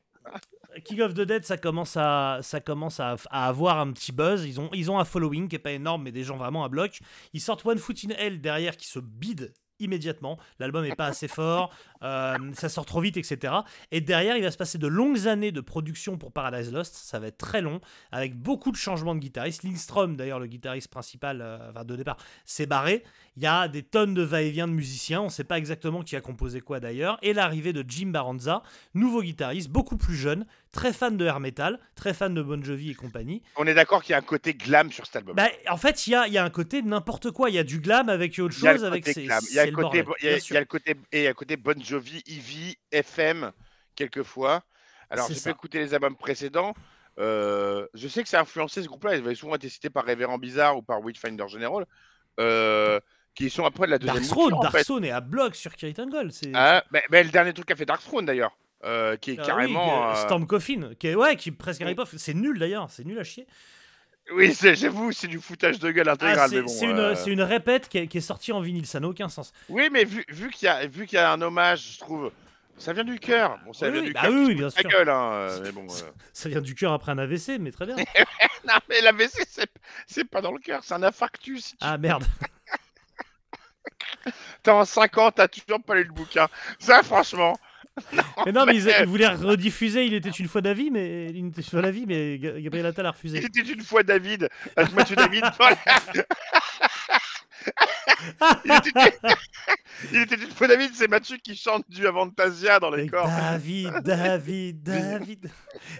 Speaker 5: King of the Dead, ça commence à, ça commence à, à avoir un petit buzz. Ils ont, ils ont un following qui est pas énorme, mais des gens vraiment à bloc. Ils sortent One Foot in Hell derrière qui se bide immédiatement. L'album est pas assez fort, euh, ça sort trop vite, etc. Et derrière, il va se passer de longues années de production pour Paradise Lost. Ça va être très long, avec beaucoup de changements de guitaristes. Lindstrom, d'ailleurs, le guitariste principal, euh, enfin, de départ, s'est barré. Il y a des tonnes de va-et-vient de musiciens. On ne sait pas exactement qui a composé quoi d'ailleurs. Et l'arrivée de Jim Baranza, nouveau guitariste, beaucoup plus jeune, très fan de hair metal, très fan de Bon Jovi et compagnie.
Speaker 4: On est d'accord qu'il y a un côté glam sur cet album.
Speaker 5: Bah, en fait, il y a, il y a un côté de n'importe quoi. Il y a du glam avec autre
Speaker 4: Il y a le
Speaker 5: chose, avec
Speaker 4: côté
Speaker 5: ses-
Speaker 4: glam, Il y a
Speaker 5: c'est
Speaker 4: le
Speaker 5: le
Speaker 4: côté,
Speaker 5: bordel,
Speaker 4: il y a-
Speaker 5: bien
Speaker 4: il y a
Speaker 5: sûr.
Speaker 4: le côté, et il y a le côté Bon Jovi, Ivy, FM, quelquefois. Alors,
Speaker 5: C'est
Speaker 4: j'ai
Speaker 5: ça.
Speaker 4: pas écouté les albums précédents. euh, je sais que ça a influencé ce groupe-là. Ils avaient souvent été cités par Révérend Bizarre ou par Witchfinder General, euh, qui sont après de la deuxième
Speaker 5: Dark
Speaker 4: mouture,
Speaker 5: Throne,
Speaker 4: en
Speaker 5: Dark
Speaker 4: fait.
Speaker 5: Throne est à bloc sur Kiriton Gold. C'est
Speaker 4: Ah, mais, mais le dernier truc qu'a fait Dark Throne, d'ailleurs, euh, qui est
Speaker 5: Ah oui,
Speaker 4: carrément.
Speaker 5: que-
Speaker 4: euh,
Speaker 5: Storm Coffin, qui est, ouais, qui est presque
Speaker 4: oui.
Speaker 5: Harry Potter. C'est nul d'ailleurs, c'est nul à chier.
Speaker 4: Oui, c'est- j'avoue, c'est du foutage de gueule
Speaker 5: Ah,
Speaker 4: intégral. mais
Speaker 5: c'est
Speaker 4: bon,
Speaker 5: c'est une,
Speaker 4: euh,
Speaker 5: c'est une répète qui est, qui est sortie en vinyle, ça n'a aucun sens.
Speaker 4: Oui, mais vu, vu qu'il y, a- vu qu'il y a un hommage, je trouve. Ça vient du cœur. Bon, ça
Speaker 5: Oui,
Speaker 4: vient
Speaker 5: oui,
Speaker 4: du
Speaker 5: bah
Speaker 4: cœur.
Speaker 5: oui,
Speaker 4: qui
Speaker 5: oui,
Speaker 4: se
Speaker 5: bien
Speaker 4: fout de
Speaker 5: sûr.
Speaker 4: la gueule, hein, euh, mais bon. euh.
Speaker 5: Ça vient du cœur après un AVC, mais très bien.
Speaker 4: Non, mais l'AVC, c'est, c'est pas dans le cœur, c'est un infarctus. Si tu-
Speaker 5: Ah merde.
Speaker 4: T'es en 50, t'as toujours pas lu le bouquin. Ça, franchement.
Speaker 5: Mais non, mais ils, ils voulaient rediffuser. Il était une fois d'avis, mais il était une fois d'avis, mais Ga- Gabriel Attal a refusé.
Speaker 4: C'était une fois David, avec Mathieu David. dans la- Il était, Il était une fois David, c'est Mathieu qui chante du Avantasia dans les
Speaker 5: Avec
Speaker 4: corps.
Speaker 5: David, David, David,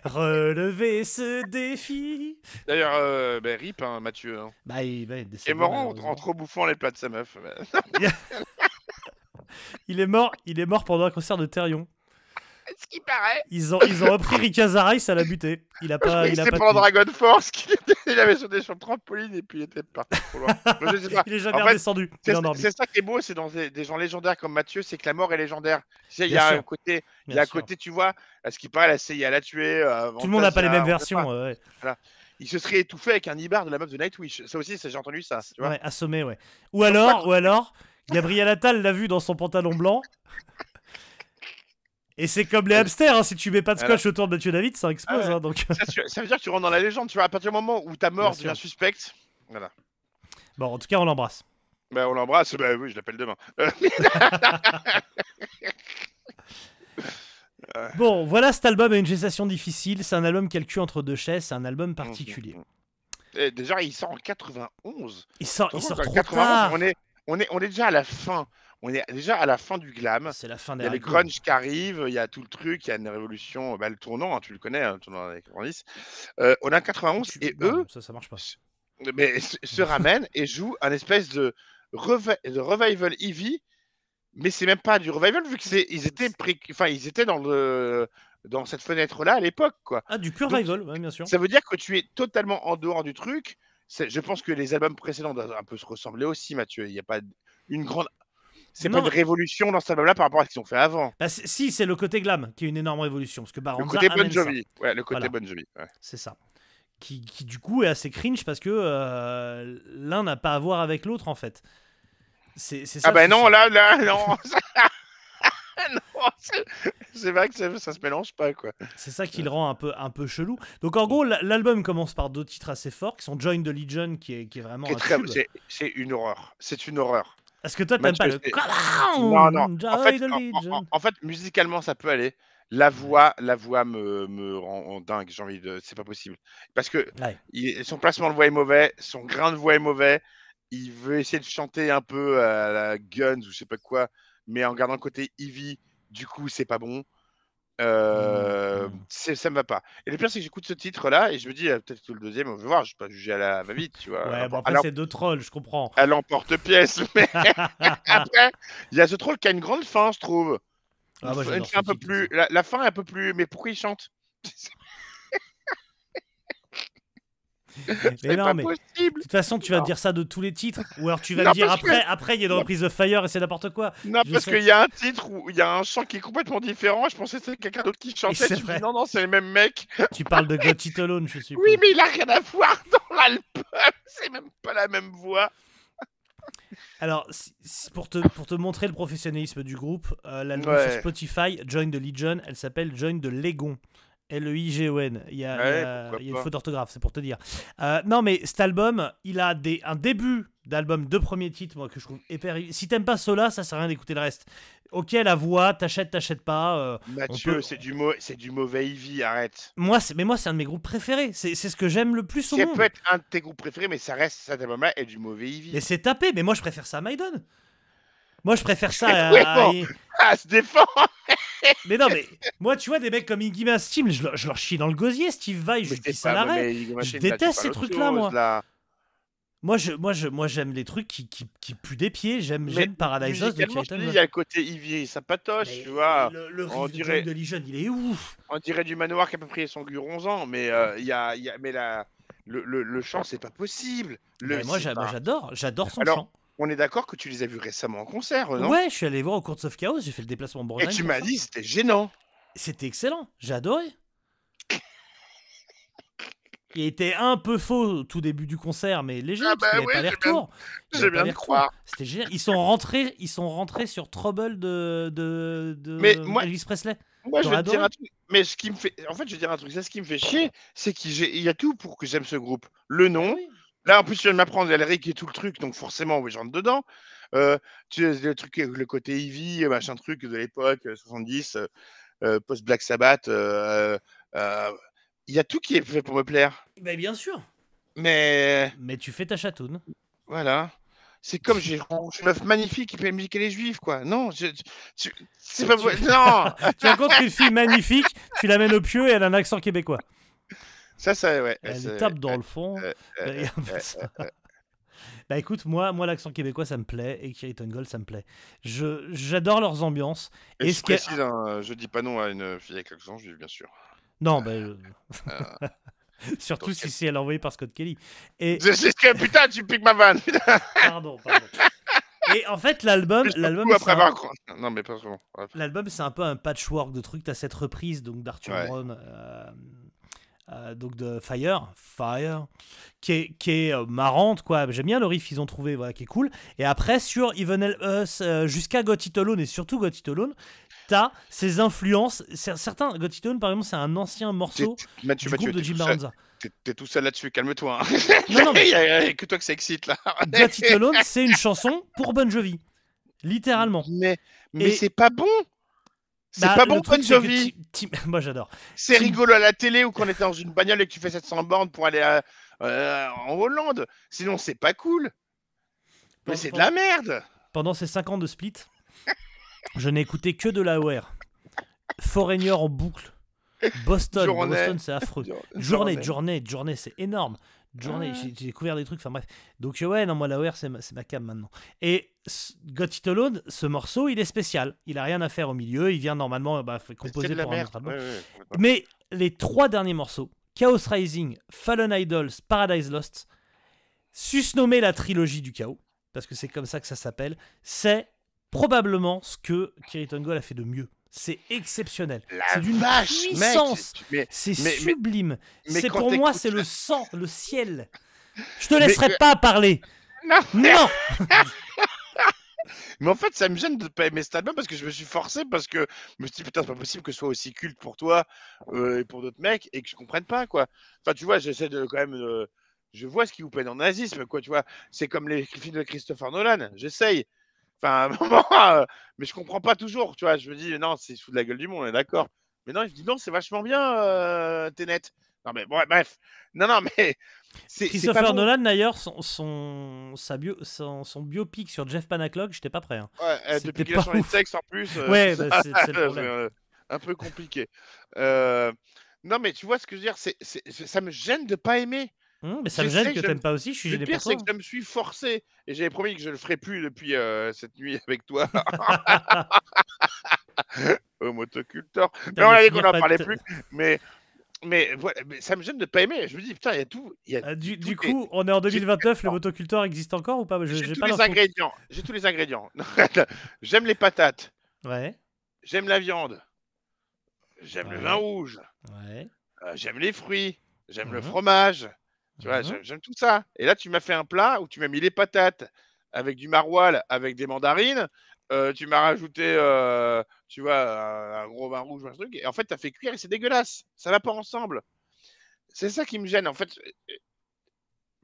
Speaker 5: relevez ce défi.
Speaker 4: D'ailleurs, euh, ben, rip, hein, Mathieu. hein.
Speaker 5: Bah, il, bah, il est décédé,
Speaker 4: Et Morand, en,
Speaker 5: malheureusement.
Speaker 4: en trop bouffant les plats de sa meuf. ben.
Speaker 5: Il est mort, il est mort pendant un concert de Therion.
Speaker 4: Ce qui paraît,
Speaker 5: Ils ont, ils ont repris Rick Azaray, ça l'a buté. Il a pas, Ah, il a
Speaker 4: c'est
Speaker 5: pas.
Speaker 4: pendant
Speaker 5: tenu.
Speaker 4: Dragon Force qu'il était- il avait sauté sur le trampoline et puis il était parti trop loin. Je sais pas.
Speaker 5: Il est
Speaker 4: En
Speaker 5: jamais
Speaker 4: fait,
Speaker 5: redescendu. Il
Speaker 4: C'est
Speaker 5: est en orbite.
Speaker 4: c'est ça qui est beau, c'est dans des, des gens légendaires comme Mathieu, c'est que la mort est légendaire. Tu sais, Il y
Speaker 5: Bien
Speaker 4: a
Speaker 5: sûr.
Speaker 4: un côté, il y
Speaker 5: Bien
Speaker 4: a un
Speaker 5: sûr.
Speaker 4: côté, tu vois, à ce qui paraît, la CIA l'a tué. euh,
Speaker 5: Tout le monde n'a pas les
Speaker 4: Fantasia,
Speaker 5: mêmes
Speaker 4: on sait
Speaker 5: versions. euh, hein.
Speaker 4: pas.
Speaker 5: ouais, ouais.
Speaker 4: Il se serait étouffé avec un Ibar de la meuf de Nightwish. Ça aussi, ça, j'ai entendu ça. Tu vois.
Speaker 5: Ouais, assommé, ouais. Ou alors, ou alors, Gabriel Attal l'a vu dans son pantalon blanc. Et c'est comme les hamsters, hein, si tu mets pas de
Speaker 4: Voilà.
Speaker 5: scotch autour de Mathieu David, ça explose.
Speaker 4: Ah ouais.
Speaker 5: hein, donc,
Speaker 4: ça, tu- ça veut dire que tu rentres dans la légende. Tu vois, à partir du moment où ta mort
Speaker 5: Bien sûr.
Speaker 4: devient suspecte, voilà.
Speaker 5: bon, en tout cas, on l'embrasse.
Speaker 4: Ben, on l'embrasse. Ben oui, je l'appelle demain. Euh,
Speaker 5: Bon, voilà, cet album a une gestation difficile. C'est un album qui a le cul entre deux chaises. C'est un album particulier.
Speaker 4: et déjà, il sort en 91.
Speaker 5: Il sort, Oh, il
Speaker 4: Franchement,
Speaker 5: sort
Speaker 4: en
Speaker 5: trop
Speaker 4: 91,
Speaker 5: tard.
Speaker 4: On est, on est, on est déjà à la fin. On est déjà à la fin du glam.
Speaker 5: Ah, C'est la fin
Speaker 4: Il
Speaker 5: des
Speaker 4: y a le
Speaker 5: haricots.
Speaker 4: grunge qui arrive, il y a tout le truc, il y a une révolution, bah, le tournant, hein, tu le connais, hein, le tournant des années 90. Euh, on a 91
Speaker 5: Tu-
Speaker 4: et
Speaker 5: non,
Speaker 4: eux
Speaker 5: Ça, ça marche pas.
Speaker 4: mais, se- se ramènent et jouent un espèce de, reva- de revival Eevee, mais c'est même pas du revival vu que c'est ils étaient pré- enfin ils étaient dans le dans cette fenêtre là à l'époque quoi.
Speaker 5: Ah, du pur
Speaker 4: Donc,
Speaker 5: rival, ouais, bien sûr.
Speaker 4: Ça veut dire que tu es totalement en dehors du truc. C'est- Je pense que les albums précédents doivent un peu se ressembler aussi, Mathieu. Il n'y a pas d- une grande. C'est pas
Speaker 5: Non.
Speaker 4: une révolution dans cet album-là par rapport à ce qu'ils ont fait avant.
Speaker 5: Bah, c'est- si, c'est le côté glam qui est une énorme révolution. Parce que
Speaker 4: Le
Speaker 5: Baranza
Speaker 4: côté Bon
Speaker 5: amène ça.
Speaker 4: Jovi. Ouais, le côté
Speaker 5: Voilà.
Speaker 4: Bon Jovi. ouais.
Speaker 5: C'est ça. Qui, qui, du coup est assez cringe parce que euh, l'un n'a pas à voir avec l'autre en fait. C'est c'est ça.
Speaker 4: Ah ben
Speaker 5: le souci.
Speaker 4: non, là, là, non. ça- non, c'est- c'est vrai que ça, ça se mélange pas, quoi.
Speaker 5: C'est ça qui le rend un peu, un peu chelou. Donc en gros, l- l'album commence par deux titres assez forts qui sont Join the Legion qui est, qui est vraiment.
Speaker 4: C'est
Speaker 5: un
Speaker 4: très-
Speaker 5: tube.
Speaker 4: C'est c'est une horreur. C'est une horreur.
Speaker 5: Parce que toi, t'aimes pas le.
Speaker 4: Mathieu, Non, non. En
Speaker 5: Join
Speaker 4: fait,
Speaker 5: the
Speaker 4: en- en-
Speaker 5: Legion.
Speaker 4: en- en fait, musicalement, ça peut aller. La voix, la voix me, me rend en dingue. J'ai envie de. C'est pas possible. Parce que
Speaker 5: Ouais.
Speaker 4: il- son placement de voix est mauvais, son grain de voix est mauvais. Il veut essayer de chanter un peu euh, à la Guns ou je sais pas quoi, mais en gardant le côté Eevee, du coup, c'est pas bon. Euh,
Speaker 5: Mmh.
Speaker 4: c'est- ça me va pas. Et le pire, c'est que j'écoute ce titre-là et je me dis, ah, peut-être que le deuxième, on va voir, je vais pas juger à la va-vite, tu vois.
Speaker 5: Ouais, bon,
Speaker 4: à
Speaker 5: après,
Speaker 4: l'em-
Speaker 5: c'est deux trolls, je comprends.
Speaker 4: à l'emporte-pièce. Mais après, il y a ce troll qui a une grande fin, je trouve.
Speaker 5: Ah, moi,
Speaker 4: Une
Speaker 5: j'adore
Speaker 4: fin un
Speaker 5: ce
Speaker 4: peu
Speaker 5: titre,
Speaker 4: plus... la, la fin est un peu plus. Mais pourquoi il chante
Speaker 5: Mais
Speaker 4: C'est
Speaker 5: non,
Speaker 4: pas
Speaker 5: mais de
Speaker 4: possible
Speaker 5: toute façon, tu vas
Speaker 4: Non.
Speaker 5: dire ça de tous les titres. Ou alors tu vas
Speaker 4: Non,
Speaker 5: le dire
Speaker 4: parce que-
Speaker 5: après, après, il y a une
Speaker 4: Non.
Speaker 5: reprise de Fire et c'est n'importe quoi.
Speaker 4: Non,
Speaker 5: je
Speaker 4: parce
Speaker 5: sais.
Speaker 4: qu'il y a un titre où il y a un chant qui est complètement différent. Je pensais que c'était quelqu'un d'autre qui chantait.
Speaker 5: c'est
Speaker 4: Je me
Speaker 5: vrai.
Speaker 4: dis, non, non, c'est le même mec.
Speaker 5: Tu parles de Got It Alone, je suppose.
Speaker 4: Oui, mais il a rien à voir dans l'album. C'est même pas la même voix.
Speaker 5: Alors, si- si- pour, te, pour te montrer le professionnalisme du groupe, euh, l'album sur
Speaker 4: Ouais.
Speaker 5: Spotify, Join the Legion, elle s'appelle Join the Legon. E L-E-I-G-O-N. Il y a, il y
Speaker 4: Ouais,
Speaker 5: a-
Speaker 4: pourquoi
Speaker 5: il y a une
Speaker 4: pas.
Speaker 5: faute d'orthographe, c'est pour te dire. Euh, non, mais cet album, il a des, un début d'album, deux premiers titres, moi, que je trouve hyper. Si t'aimes pas cela, ça sert à rien d'écouter le reste. Ok, la voix, t'achètes, t'achètes pas. euh,
Speaker 4: Mathieu,
Speaker 5: peut-
Speaker 4: c'est du, mau- c'est du mauvais Ivy, arrête.
Speaker 5: Moi, c'est- mais moi, c'est un de mes groupes préférés. C'est c'est ce que j'aime le plus au
Speaker 4: Ça
Speaker 5: monde.
Speaker 4: peut être un de tes groupes préférés, mais ça reste cet album-là et du mauvais Ivy.
Speaker 5: Mais c'est tapé, mais moi, je préfère ça à Maiden. Moi, je préfère ça à-
Speaker 4: Oui,
Speaker 5: à-
Speaker 4: bon. Ah, se défend
Speaker 5: Mais non, mais moi, tu vois, des mecs comme Iggy Mastim, je, leur- je leur chie dans le gosier, Steve Vai, je
Speaker 4: Mais
Speaker 5: lui
Speaker 4: c'est
Speaker 5: pisse à
Speaker 4: pas-
Speaker 5: l'arrêt.
Speaker 4: mais Iggy Machine,
Speaker 5: Je
Speaker 4: là, tu
Speaker 5: déteste ces
Speaker 4: parles autre
Speaker 5: trucs-là, moi.
Speaker 4: chose, là.
Speaker 5: Moi, je, moi, je, moi, j'aime les trucs qui, qui, qui puent des pieds. J'aime,
Speaker 4: Mais
Speaker 5: j'aime Paradise Lost de
Speaker 4: Musicalement, je te
Speaker 5: Clayton.
Speaker 4: dis, il y a le côté Ivy, ça patoche,
Speaker 5: Mais
Speaker 4: tu vois.
Speaker 5: Le, le
Speaker 4: on
Speaker 5: riff de
Speaker 4: dirait-
Speaker 5: John de Legion, il est ouf.
Speaker 4: On dirait du manoir qui a pas pris son gur 11 ans, mais euh, il y a, il y a- mais la, le, le, le chant, c'est pas possible. Le,
Speaker 5: Mais moi,
Speaker 4: c'est
Speaker 5: j'a- moi,
Speaker 4: pas-
Speaker 5: j'adore, j'adore son
Speaker 4: Alors,
Speaker 5: chant.
Speaker 4: On est d'accord que tu les as vus récemment en concert, non
Speaker 5: Ouais, je suis allé voir au Courts of Chaos, j'ai fait le déplacement en Bretagne.
Speaker 4: Et tu
Speaker 5: pour
Speaker 4: m'as
Speaker 5: ça.
Speaker 4: dit, c'était gênant.
Speaker 5: C'était excellent, j'ai adoré. Il était un peu faux au tout début du concert, mais léger,
Speaker 4: Ah
Speaker 5: parce qu'il
Speaker 4: bah
Speaker 5: avait pas
Speaker 4: oui,
Speaker 5: l'air
Speaker 4: j'ai bien-
Speaker 5: court. Il
Speaker 4: J'ai
Speaker 5: avait pas
Speaker 4: bien de
Speaker 5: l'air court.
Speaker 4: croire.
Speaker 5: C'était génial. Ils sont rentrés, ils sont rentrés sur Trouble de, de, de
Speaker 4: Mais moi-
Speaker 5: Elvis Presley.
Speaker 4: Moi, je
Speaker 5: T'aurais
Speaker 4: vais te dire
Speaker 5: adoré.
Speaker 4: un truc. Mais ce qui me fait, en fait, je vais te dire un truc. C'est ce qui me fait chier, c'est qu'il j'ai- il y a tout pour que j'aime ce groupe. Le nom. Là, en plus, tu viens de m'apprendre la lyrique et tout le truc, donc forcément, oui, j'entre dedans. Euh, tu sais, le truc, avec le côté Ivy, euh, machin truc de l'époque euh, 70, euh, euh, post Black Sabbath. euh, euh, il y a tout qui est fait pour me plaire.
Speaker 5: Mais Bah, bien sûr.
Speaker 4: Mais
Speaker 5: Mais tu fais ta chatoune.
Speaker 4: voilà. C'est comme j'ai rencontré une meuf magnifique qui peut musiquer les juifs, quoi. Non, je- tu- c'est pas vrai. Non!
Speaker 5: tu rencontres une fille magnifique, tu l'amènes au pieu et elle a un accent québécois.
Speaker 4: Ça, ça, ouais.
Speaker 5: Elle
Speaker 4: c'est-
Speaker 5: tape dans le fond.
Speaker 4: euh,
Speaker 5: Bah, il y a un peu de ça. Bah écoute, moi, moi l'accent québécois ça me plaît et Kiriton Gold ça me plaît. Je j'adore leurs ambiances.
Speaker 4: Et
Speaker 5: Est-ce
Speaker 4: je
Speaker 5: qu'il y a-
Speaker 4: précise, hein, je dis pas non à une fille avec l'accent juif, bien sûr.
Speaker 5: Non, bah, euh, surtout
Speaker 4: Ah. donc,
Speaker 5: si c'est elle est envoyée par Scott Kelly. Et
Speaker 4: C'est c'est que, putain, tu piques ma vanne. putain,
Speaker 5: pardon, pardon. Et en fait l'album,
Speaker 4: je
Speaker 5: l'album,
Speaker 4: coupe après
Speaker 5: c'est un-
Speaker 4: avoir cro- Non, mais pas souvent. Bref.
Speaker 5: L'album, c'est un peu un patchwork de trucs. T'as cette reprise donc d'Arthur
Speaker 4: Ouais.
Speaker 5: Brown, euh, euh, donc de Fire, Fire, qui est, qui est euh, marrante quoi. J'aime bien le riff qu'ils ont trouvé, voilà, qui est cool. Et après sur Even Help Us euh, jusqu'à Got It Alone et surtout Got It Alone, t'as ces influences. Cer- Certains Got It Alone, par exemple, c'est un ancien
Speaker 4: T'es-
Speaker 5: morceau
Speaker 4: t'es- Mathieu,
Speaker 5: du
Speaker 4: Mathieu,
Speaker 5: groupe de
Speaker 4: t'es
Speaker 5: Jim
Speaker 4: tout seul-
Speaker 5: Baranza.
Speaker 4: t'es- t'es tout seul là-dessus, calme-toi. hein.
Speaker 5: Non, non, mais-
Speaker 4: Il y a- il y a que toi que ça excite, là.
Speaker 5: Got It Alone, c'est une chanson pour Bon Jovi, littéralement.
Speaker 4: Mais, mais
Speaker 5: Et-
Speaker 4: c'est pas bon. C'est
Speaker 5: Bah,
Speaker 4: pas
Speaker 5: le
Speaker 4: bon,
Speaker 5: truc,
Speaker 4: Bon
Speaker 5: c'est que
Speaker 4: Jovi.
Speaker 5: Tim- Tim- Moi, j'adore.
Speaker 4: C'est
Speaker 5: Tim-
Speaker 4: rigolo à la télé ou qu'on était dans une bagnole et que tu fais 700 bornes pour aller à- euh, en Hollande. Sinon, c'est pas cool. Mais
Speaker 5: Pardon,
Speaker 4: c'est de la
Speaker 5: pardon.
Speaker 4: merde.
Speaker 5: pendant ces 5 ans de split, je n'ai écouté que de la OR. Foreigner en boucle. Boston,
Speaker 4: Journée.
Speaker 5: Boston c'est affreux. Journée, journée, journée, c'est énorme. Journée,
Speaker 4: Ouais.
Speaker 5: j'ai j'ai découvert des trucs, enfin bref. Donc euh, ouais, non, moi la OR c'est ma, c'est ma cam maintenant. Et ce- Got It Alone, ce morceau, il est spécial. Il a rien à faire au milieu, il vient normalement bah, f-
Speaker 4: C'est de
Speaker 5: composer
Speaker 4: la
Speaker 5: pour un
Speaker 4: merde.
Speaker 5: autre album.
Speaker 4: ouais, ouais, complètement.
Speaker 5: Mais les trois derniers morceaux, Chaos Rising, Fallen Idols, Paradise Lost, susnommés la trilogie du chaos, parce que c'est comme ça que ça s'appelle, c'est probablement ce que Kiriton Gold a fait de mieux. C'est exceptionnel. C'est
Speaker 4: La
Speaker 5: d'une
Speaker 4: vache, mec,
Speaker 5: puissance.
Speaker 4: tu- mais-
Speaker 5: C'est
Speaker 4: mais-
Speaker 5: sublime.
Speaker 4: mais
Speaker 5: C'est
Speaker 4: quand
Speaker 5: pour moi,
Speaker 4: t'écoutes-
Speaker 5: c'est le sang, le ciel. Je te
Speaker 4: Mais-
Speaker 5: laisserai
Speaker 4: mais-
Speaker 5: pas parler.
Speaker 4: Non.
Speaker 5: Non.
Speaker 4: Mais en fait, ça me gêne de pas aimer cet album parce que je me suis forcé parce que je me suis dit putain, c'est pas possible que ce soit aussi culte pour toi euh, et pour d'autres mecs et que je comprenne pas quoi. Enfin, tu vois, j'essaie de quand même. euh, je vois ce qui vous peine en nazisme quoi, tu vois. C'est comme les films de Christopher Nolan, j'essaye. Enfin, à un moment, euh, mais je comprends pas toujours, tu vois. Je me dis non, c'est sous de la gueule du monde, on est d'accord. Mais non, je dis non, c'est vachement bien, euh, Tenet. Non, mais bon, bref. Non, non, mais. c'est- c'est pas
Speaker 5: Christopher
Speaker 4: bon.
Speaker 5: Nolan, d'ailleurs, son, son, sa bio, son, son biopic sur Jeff Panaclock, j'étais pas prêt. hein.
Speaker 4: Ouais, euh,
Speaker 5: C'était
Speaker 4: depuis qu'il
Speaker 5: pas
Speaker 4: a changé de
Speaker 5: ouf.
Speaker 4: texte en plus. euh,
Speaker 5: Ouais,
Speaker 4: c'est
Speaker 5: bah,
Speaker 4: ça,
Speaker 5: c'est- c'est le
Speaker 4: euh,
Speaker 5: problème.
Speaker 4: euh, un peu compliqué. Euh, Non, mais tu vois ce que je veux dire c'est, c'est- c'est- Ça me gêne de pas aimer.
Speaker 5: Hum, mais ça
Speaker 4: Je
Speaker 5: me
Speaker 4: sais
Speaker 5: gêne
Speaker 4: que
Speaker 5: que
Speaker 4: je-
Speaker 5: t'aimes pas aussi, je suis
Speaker 4: Le
Speaker 5: gêné
Speaker 4: pire,
Speaker 5: pour
Speaker 4: c'est
Speaker 5: toi. hein.
Speaker 4: que je me suis forcé. Et j'avais promis que je le ferais plus depuis euh, cette nuit avec toi. Au motoculteur. Mais on
Speaker 5: T'allais
Speaker 4: a dit qu'on
Speaker 5: finir
Speaker 4: n'en
Speaker 5: par
Speaker 4: parlait
Speaker 5: te-
Speaker 4: plus. Mais, mais, voilà, mais ça me gêne de pas aimer. Je me dis, putain, il y a tout. il Y a
Speaker 5: Euh, du,
Speaker 4: tout
Speaker 5: du
Speaker 4: est-
Speaker 5: coup, on est en 2029, le
Speaker 4: Non.
Speaker 5: motoculteur existe encore ou pas Je-
Speaker 4: J'ai
Speaker 5: J'ai
Speaker 4: tous
Speaker 5: pas
Speaker 4: les
Speaker 5: l'info.
Speaker 4: ingrédients. J'ai tous les ingrédients. J'aime les patates.
Speaker 5: Ouais.
Speaker 4: J'aime la viande. J'aime le
Speaker 5: Ah Ouais.
Speaker 4: vin rouge.
Speaker 5: Ouais.
Speaker 4: euh, j'aime les fruits. J'aime le
Speaker 5: Mhm.
Speaker 4: fromage. Tu vois,
Speaker 5: Mhm.
Speaker 4: j'aime- j'aime tout ça. Et là, tu m'as fait un plat où tu m'as mis les patates avec du maroilles, avec des mandarines. euh, tu m'as rajouté, euh, tu vois, un, un gros vin rouge, un truc. Et en fait, t'as fait cuire et c'est dégueulasse. Ça va pas ensemble. C'est ça qui me gêne. En fait, euh,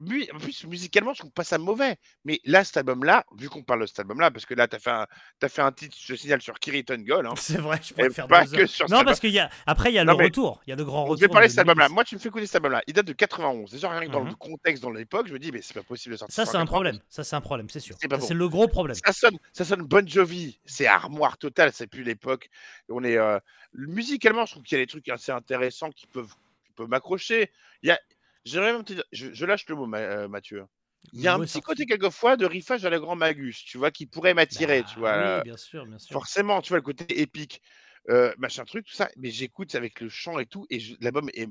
Speaker 4: mu- en plus, musicalement, je trouve pas ça mauvais. Mais là, cet album-là, vu qu'on parle de cet album-là, parce que là, t'as fait, un- t'as fait un titre, je signale, sur Kiriton Gold. Hein,
Speaker 5: C'est vrai, je
Speaker 4: et
Speaker 5: pourrais faire
Speaker 4: pas
Speaker 5: deux
Speaker 4: que
Speaker 5: heures.
Speaker 4: sur cet
Speaker 5: Non, parce qu'il y a après il y a
Speaker 4: Non,
Speaker 5: le
Speaker 4: mais-
Speaker 5: retour, il y a le grand
Speaker 4: donc, je
Speaker 5: retour.
Speaker 4: vais parler de cet
Speaker 5: de
Speaker 4: album-là.
Speaker 5: 2010.
Speaker 4: Moi, tu me fais écouter cet album-là. Il date de 91. Déjà, rien que dans le
Speaker 5: Mhm.
Speaker 4: contexte, dans l'époque, je me dis, mais c'est pas possible de sortir.
Speaker 5: Ça
Speaker 4: ça en
Speaker 5: c'est un
Speaker 4: 91.
Speaker 5: problème, ça c'est un problème, c'est sûr.
Speaker 4: C'est pas
Speaker 5: Ça,
Speaker 4: bon.
Speaker 5: C'est le gros problème.
Speaker 4: Ça sonne, ça sonne Bon Jovi. C'est armoire totale. C'est plus l'époque. On est euh, musicalement, je trouve qu'il y a des trucs assez intéressants qui peuvent, qui peuvent m'accrocher. Il y a, j'aimerais même te dire- je, je lâche le mot, Ma- euh, Mathieu. Il y a
Speaker 5: Le
Speaker 4: un
Speaker 5: mot est
Speaker 4: petit
Speaker 5: sorti.
Speaker 4: côté quelquefois de riffage à la Grand Magus, tu vois, qui pourrait m'attirer,
Speaker 5: Bah
Speaker 4: tu vois.
Speaker 5: oui,
Speaker 4: euh,
Speaker 5: bien sûr, bien sûr.
Speaker 4: forcément, tu vois, le côté épique, euh, machin truc, tout ça, mais j'écoute avec le chant et tout, et je- l'album est.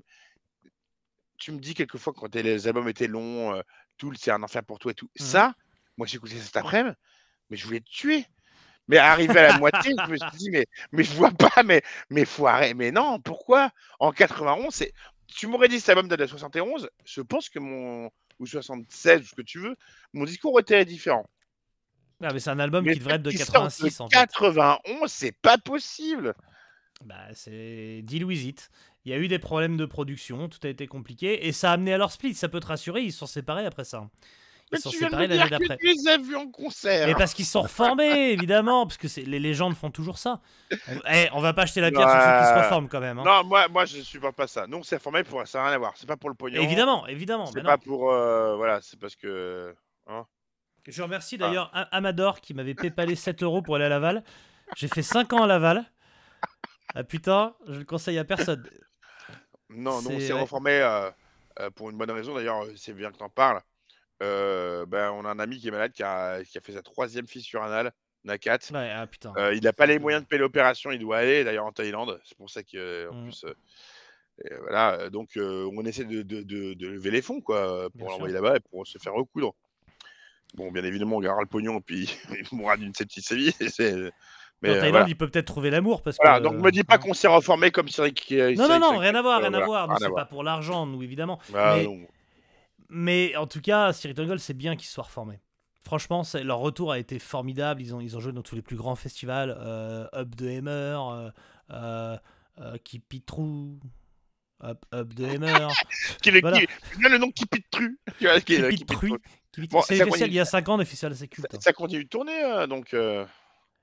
Speaker 4: Tu me dis quelquefois quand les albums étaient longs, euh, tout, c'est un enfer pour toi et tout.
Speaker 5: Mhm.
Speaker 4: Ça, moi j'écoutais cet après-midi, mais je voulais te tuer. Mais arrivé à la moitié, je me suis dit, mais, mais je vois pas, mais, mais faut arrêter. Mais non, pourquoi En 91, c'est. Tu m'aurais dit cet album date de 71, je pense que mon. Ou 76, ou ce que tu veux, mon discours était différent.
Speaker 5: Ah, mais c'est un album
Speaker 4: Mais
Speaker 5: qui devrait être de
Speaker 4: qu'il sorte
Speaker 5: 86 en fait.
Speaker 4: 91, c'est pas possible.
Speaker 5: Bah, c'est deal with it. Il y a eu des problèmes de production, tout a été compliqué, et ça a amené à leur split. Ça peut te rassurer, ils se sont séparés après ça. hein. Ils
Speaker 4: Mais
Speaker 5: se sont
Speaker 4: tu viens de
Speaker 5: séparés
Speaker 4: me
Speaker 5: l'année
Speaker 4: dire que
Speaker 5: d'après.
Speaker 4: tu les as vus en concert.
Speaker 5: Mais parce qu'ils se sont reformés, évidemment, parce que c'est- les légendes font toujours ça. On, eh, on va pas acheter la pierre sur ceux qui se
Speaker 4: Ouais.
Speaker 5: reforment quand même. hein.
Speaker 4: Non, moi, moi, je ne supporte pas ça. Nous, on s'est formé pour ça, n'a rien à voir. C'est pas pour le pognon.
Speaker 5: évidemment, évidemment. mais
Speaker 4: C'est
Speaker 5: non.
Speaker 4: pas pour. euh, voilà, c'est parce que.
Speaker 5: Je
Speaker 4: Ah.
Speaker 5: remercie d'ailleurs A- Amador qui m'avait paypalé 7 euros pour aller à Laval. J'ai fait 5 ans à Laval. Ah putain, je le conseille à personne.
Speaker 4: Non, nous, on
Speaker 5: C'est-
Speaker 4: s'est
Speaker 5: ouais.
Speaker 4: reformé euh, euh, pour une bonne raison. D'ailleurs, euh, c'est bien que t'en parles. Euh, ben, on a un ami qui est malade qui a, qui a fait sa troisième fissure anale, Nakat.
Speaker 5: Ouais, ah putain.
Speaker 4: Euh, il n'a pas les moyens de payer l'opération, il doit aller d'ailleurs en Thaïlande. C'est pour ça que, euh, en
Speaker 5: Mm.
Speaker 4: plus, euh, euh, voilà. euh, Donc, euh, on essaie de, de- de- de lever les fonds, quoi, euh,
Speaker 5: Bien
Speaker 4: pour l'envoyer là-bas et pour se faire recoudre. Bon, bien évidemment, on gardera le pognon et puis il mourra d'une septicémie. c'est- Mais
Speaker 5: en
Speaker 4: euh,
Speaker 5: Thaïlande,
Speaker 4: voilà.
Speaker 5: il peut peut-être trouver l'amour parce
Speaker 4: Voilà,
Speaker 5: que.
Speaker 4: donc me dis pas
Speaker 5: hein.
Speaker 4: qu'on s'est reformé comme Cyril qui
Speaker 5: Non, non, non, rien à voir,
Speaker 4: euh,
Speaker 5: rien à
Speaker 4: voilà,
Speaker 5: voir. Nous,
Speaker 4: rien à
Speaker 5: C'est
Speaker 4: voir.
Speaker 5: pas pour l'argent, nous, évidemment.
Speaker 4: Bah,
Speaker 5: mais-
Speaker 4: non.
Speaker 5: Mais en tout cas, Cyril Tongol, c'est bien qu'ils soient reformés. Franchement, c'est- leur retour a été formidable. Ils ont, ils ont joué dans tous les plus grands festivals euh, Up de Hammer, euh, euh, euh, Keep It True, Up, Up de Hammer,
Speaker 4: Qui, le-
Speaker 5: voilà.
Speaker 4: qui- bien le nom qui pitru. Tu vois, qui-
Speaker 5: euh, Keep
Speaker 4: qui
Speaker 5: It
Speaker 4: pitru.
Speaker 5: True. Keep It
Speaker 4: Bon,
Speaker 5: True. c'est
Speaker 4: ça,
Speaker 5: les
Speaker 4: on y-
Speaker 5: festivals il y a 5 ans, les festivals, c'est culte.
Speaker 4: Ça, ça continue de tourner, euh, donc. euh,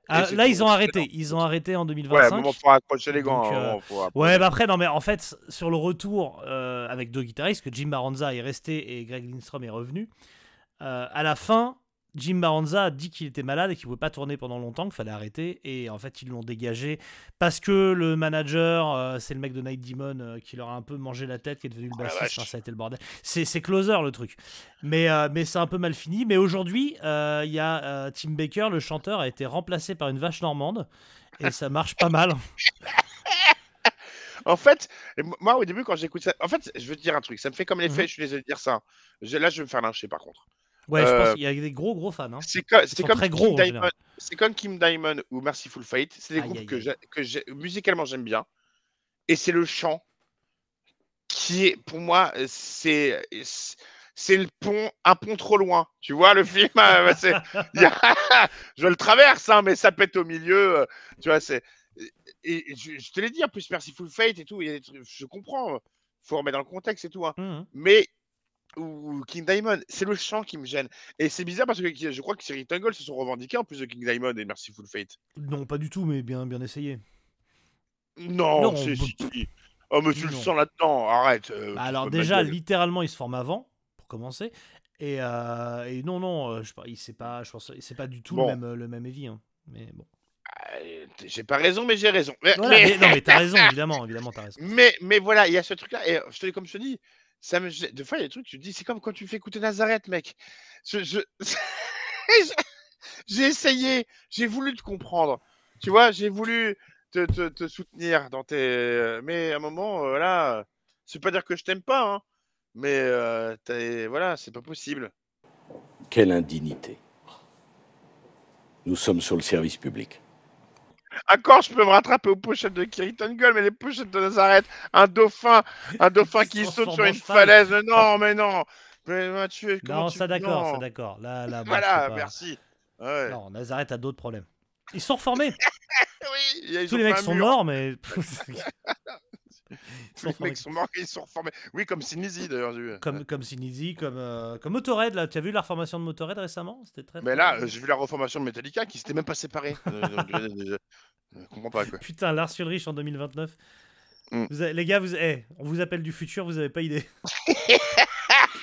Speaker 5: Ah,
Speaker 4: c'est
Speaker 5: là,
Speaker 4: tout.
Speaker 5: ils ont arrêté. Ils ont arrêté en
Speaker 4: Ouais,
Speaker 5: 2025.
Speaker 4: bon, faut accrocher les gants.
Speaker 5: Donc,
Speaker 4: hein,
Speaker 5: euh,
Speaker 4: bon, faut-
Speaker 5: Ouais, bah après, non, mais en fait, sur le retour euh, avec deux guitaristes, que Jim Baranza est resté et Greg Lindstrom est revenu, euh, à la fin, Jim Baranza a dit qu'il était malade et qu'il pouvait pas tourner pendant longtemps, qu'il fallait arrêter, et en fait, ils l'ont dégagé parce que le manager, euh, c'est le mec de Night Demon euh, qui leur a un peu mangé la tête, qui est devenu le
Speaker 4: Ah la
Speaker 5: bassiste,
Speaker 4: vache.
Speaker 5: enfin, ça a été le bordel. C'est c'est closer le truc. Mais, euh, mais c'est un peu mal fini. Mais aujourd'hui, euh, il y a euh, Tim Baker, le chanteur, a été remplacé par une vache normande, et ça marche pas mal.
Speaker 4: En fait, et mo- moi au début quand j'écoute ça, en fait, je veux te dire un truc, ça me fait comme l'effet,
Speaker 5: Mhm.
Speaker 4: je suis désolé de dire ça. hein. Je- là, je vais me faire lyncher par contre.
Speaker 5: Ouais, je
Speaker 4: Euh,
Speaker 5: pense qu'il y a des gros gros fans. Hein.
Speaker 4: C'est co- c'est
Speaker 5: sont
Speaker 4: comme,
Speaker 5: très
Speaker 4: Kim
Speaker 5: gros, en
Speaker 4: Diamond-
Speaker 5: général.
Speaker 4: c'est comme Kim Diamond ou Mercyful Fate, c'est des
Speaker 5: Aïe,
Speaker 4: groupes
Speaker 5: aïe,
Speaker 4: que
Speaker 5: aïe.
Speaker 4: j'a- que j'ai- musicalement j'aime bien, et c'est le chant qui est, pour moi, euh, c'est c'est- c'est le pont, un pont trop loin. Tu vois le film, euh, c'est- il y a- je le traverse, hein, mais ça pète au milieu. euh, tu vois, c'est et et je, je te l'ai dit en plus, Mercyful Fate et tout, il y a des trucs- je comprends. euh, Faut remettre dans le contexte et tout. hein
Speaker 5: Mhm.
Speaker 4: mais ou ou King Diamond, c'est le chant qui me gêne. Et c'est bizarre parce que qui- je crois que Cyril Tungle se sont revendiqués en plus de King Diamond et Mercyful Fate.
Speaker 5: Non, pas du tout, mais bien, bien essayé.
Speaker 4: Euh, Non,
Speaker 5: Non,
Speaker 4: c'est
Speaker 5: bah,
Speaker 4: si, si. Oh, mais tu le
Speaker 5: non.
Speaker 4: sens là-dedans, arrête. euh,
Speaker 5: Bah
Speaker 4: tu
Speaker 5: alors
Speaker 4: te fous de ma
Speaker 5: déjà,
Speaker 4: gueule.
Speaker 5: littéralement, ils se forment avant, pour commencer. Et, euh, et non, non, euh, je, sais pas- il- c'est pas, je pense, c'est pas du
Speaker 4: Bon.
Speaker 5: tout le même, le même Evie, hein. Mais bon.
Speaker 4: Ah, euh, j'ai pas raison, mais j'ai raison. Mais,
Speaker 5: Voilà,
Speaker 4: mais-
Speaker 5: mais- non, mais t'as raison, évidemment, évidemment, t'as raison.
Speaker 4: Mais, mais voilà, il y a ce truc-là. Et euh, je te dis, comme je te dis, ça me... gê- des fois, il y a des trucs, tu te dis, c'est comme quand tu fais écouter Nazareth, mec. Je- je- je- j'ai essayé, j'ai voulu te comprendre. Tu vois, j'ai voulu te, te- te soutenir dans tes. Mais à un moment, euh, voilà, c'est pas dire que je t'aime pas, hein. Mais euh, t'es- voilà, c'est pas possible.
Speaker 7: Quelle indignité. Nous sommes sur le service public.
Speaker 4: Encore, je peux me rattraper aux pochettes de Kiriton Gold, mais les pochettes de Nazareth, un dauphin, un dauphin
Speaker 5: Qui
Speaker 4: qui
Speaker 5: se
Speaker 4: saute
Speaker 5: transforme
Speaker 4: sur
Speaker 5: en
Speaker 4: une
Speaker 5: cheval.
Speaker 4: falaise. Non, mais non. Mais Mathieu, comment
Speaker 5: Non,
Speaker 4: tu-
Speaker 5: ça d'accord,
Speaker 4: non.
Speaker 5: ça d'accord. Là, là, bon, je
Speaker 4: Voilà,
Speaker 5: peux pas.
Speaker 4: merci. Ouais. Eh
Speaker 5: Non, Nazareth a d'autres problèmes. Ils sont reformés.
Speaker 4: Oui, il y a- ils
Speaker 5: Tous
Speaker 4: ont
Speaker 5: les
Speaker 4: fait
Speaker 5: mecs
Speaker 4: un
Speaker 5: sont
Speaker 4: mur.
Speaker 5: morts, mais.
Speaker 4: Tous les
Speaker 5: sont
Speaker 4: mecs
Speaker 5: formés.
Speaker 4: sont morts, ils sont reformés. Oui, comme Sinisi d'ailleurs. j'ai vu.
Speaker 5: comme comme Sinisi, comme euh, comme Motorhead. Là, tu as vu la reformation de Motorhead récemment C'était très.
Speaker 4: Mais
Speaker 5: très-
Speaker 4: là, euh, j'ai vu la reformation de Metallica qui s'était même pas séparée. Euh, donc, euh, je- je comprends pas quoi.
Speaker 5: Putain, Lars Ulrich en 2029.
Speaker 4: Mm.
Speaker 5: Vous avez- les gars, vous, eh, on vous appelle du futur, vous avez pas idée.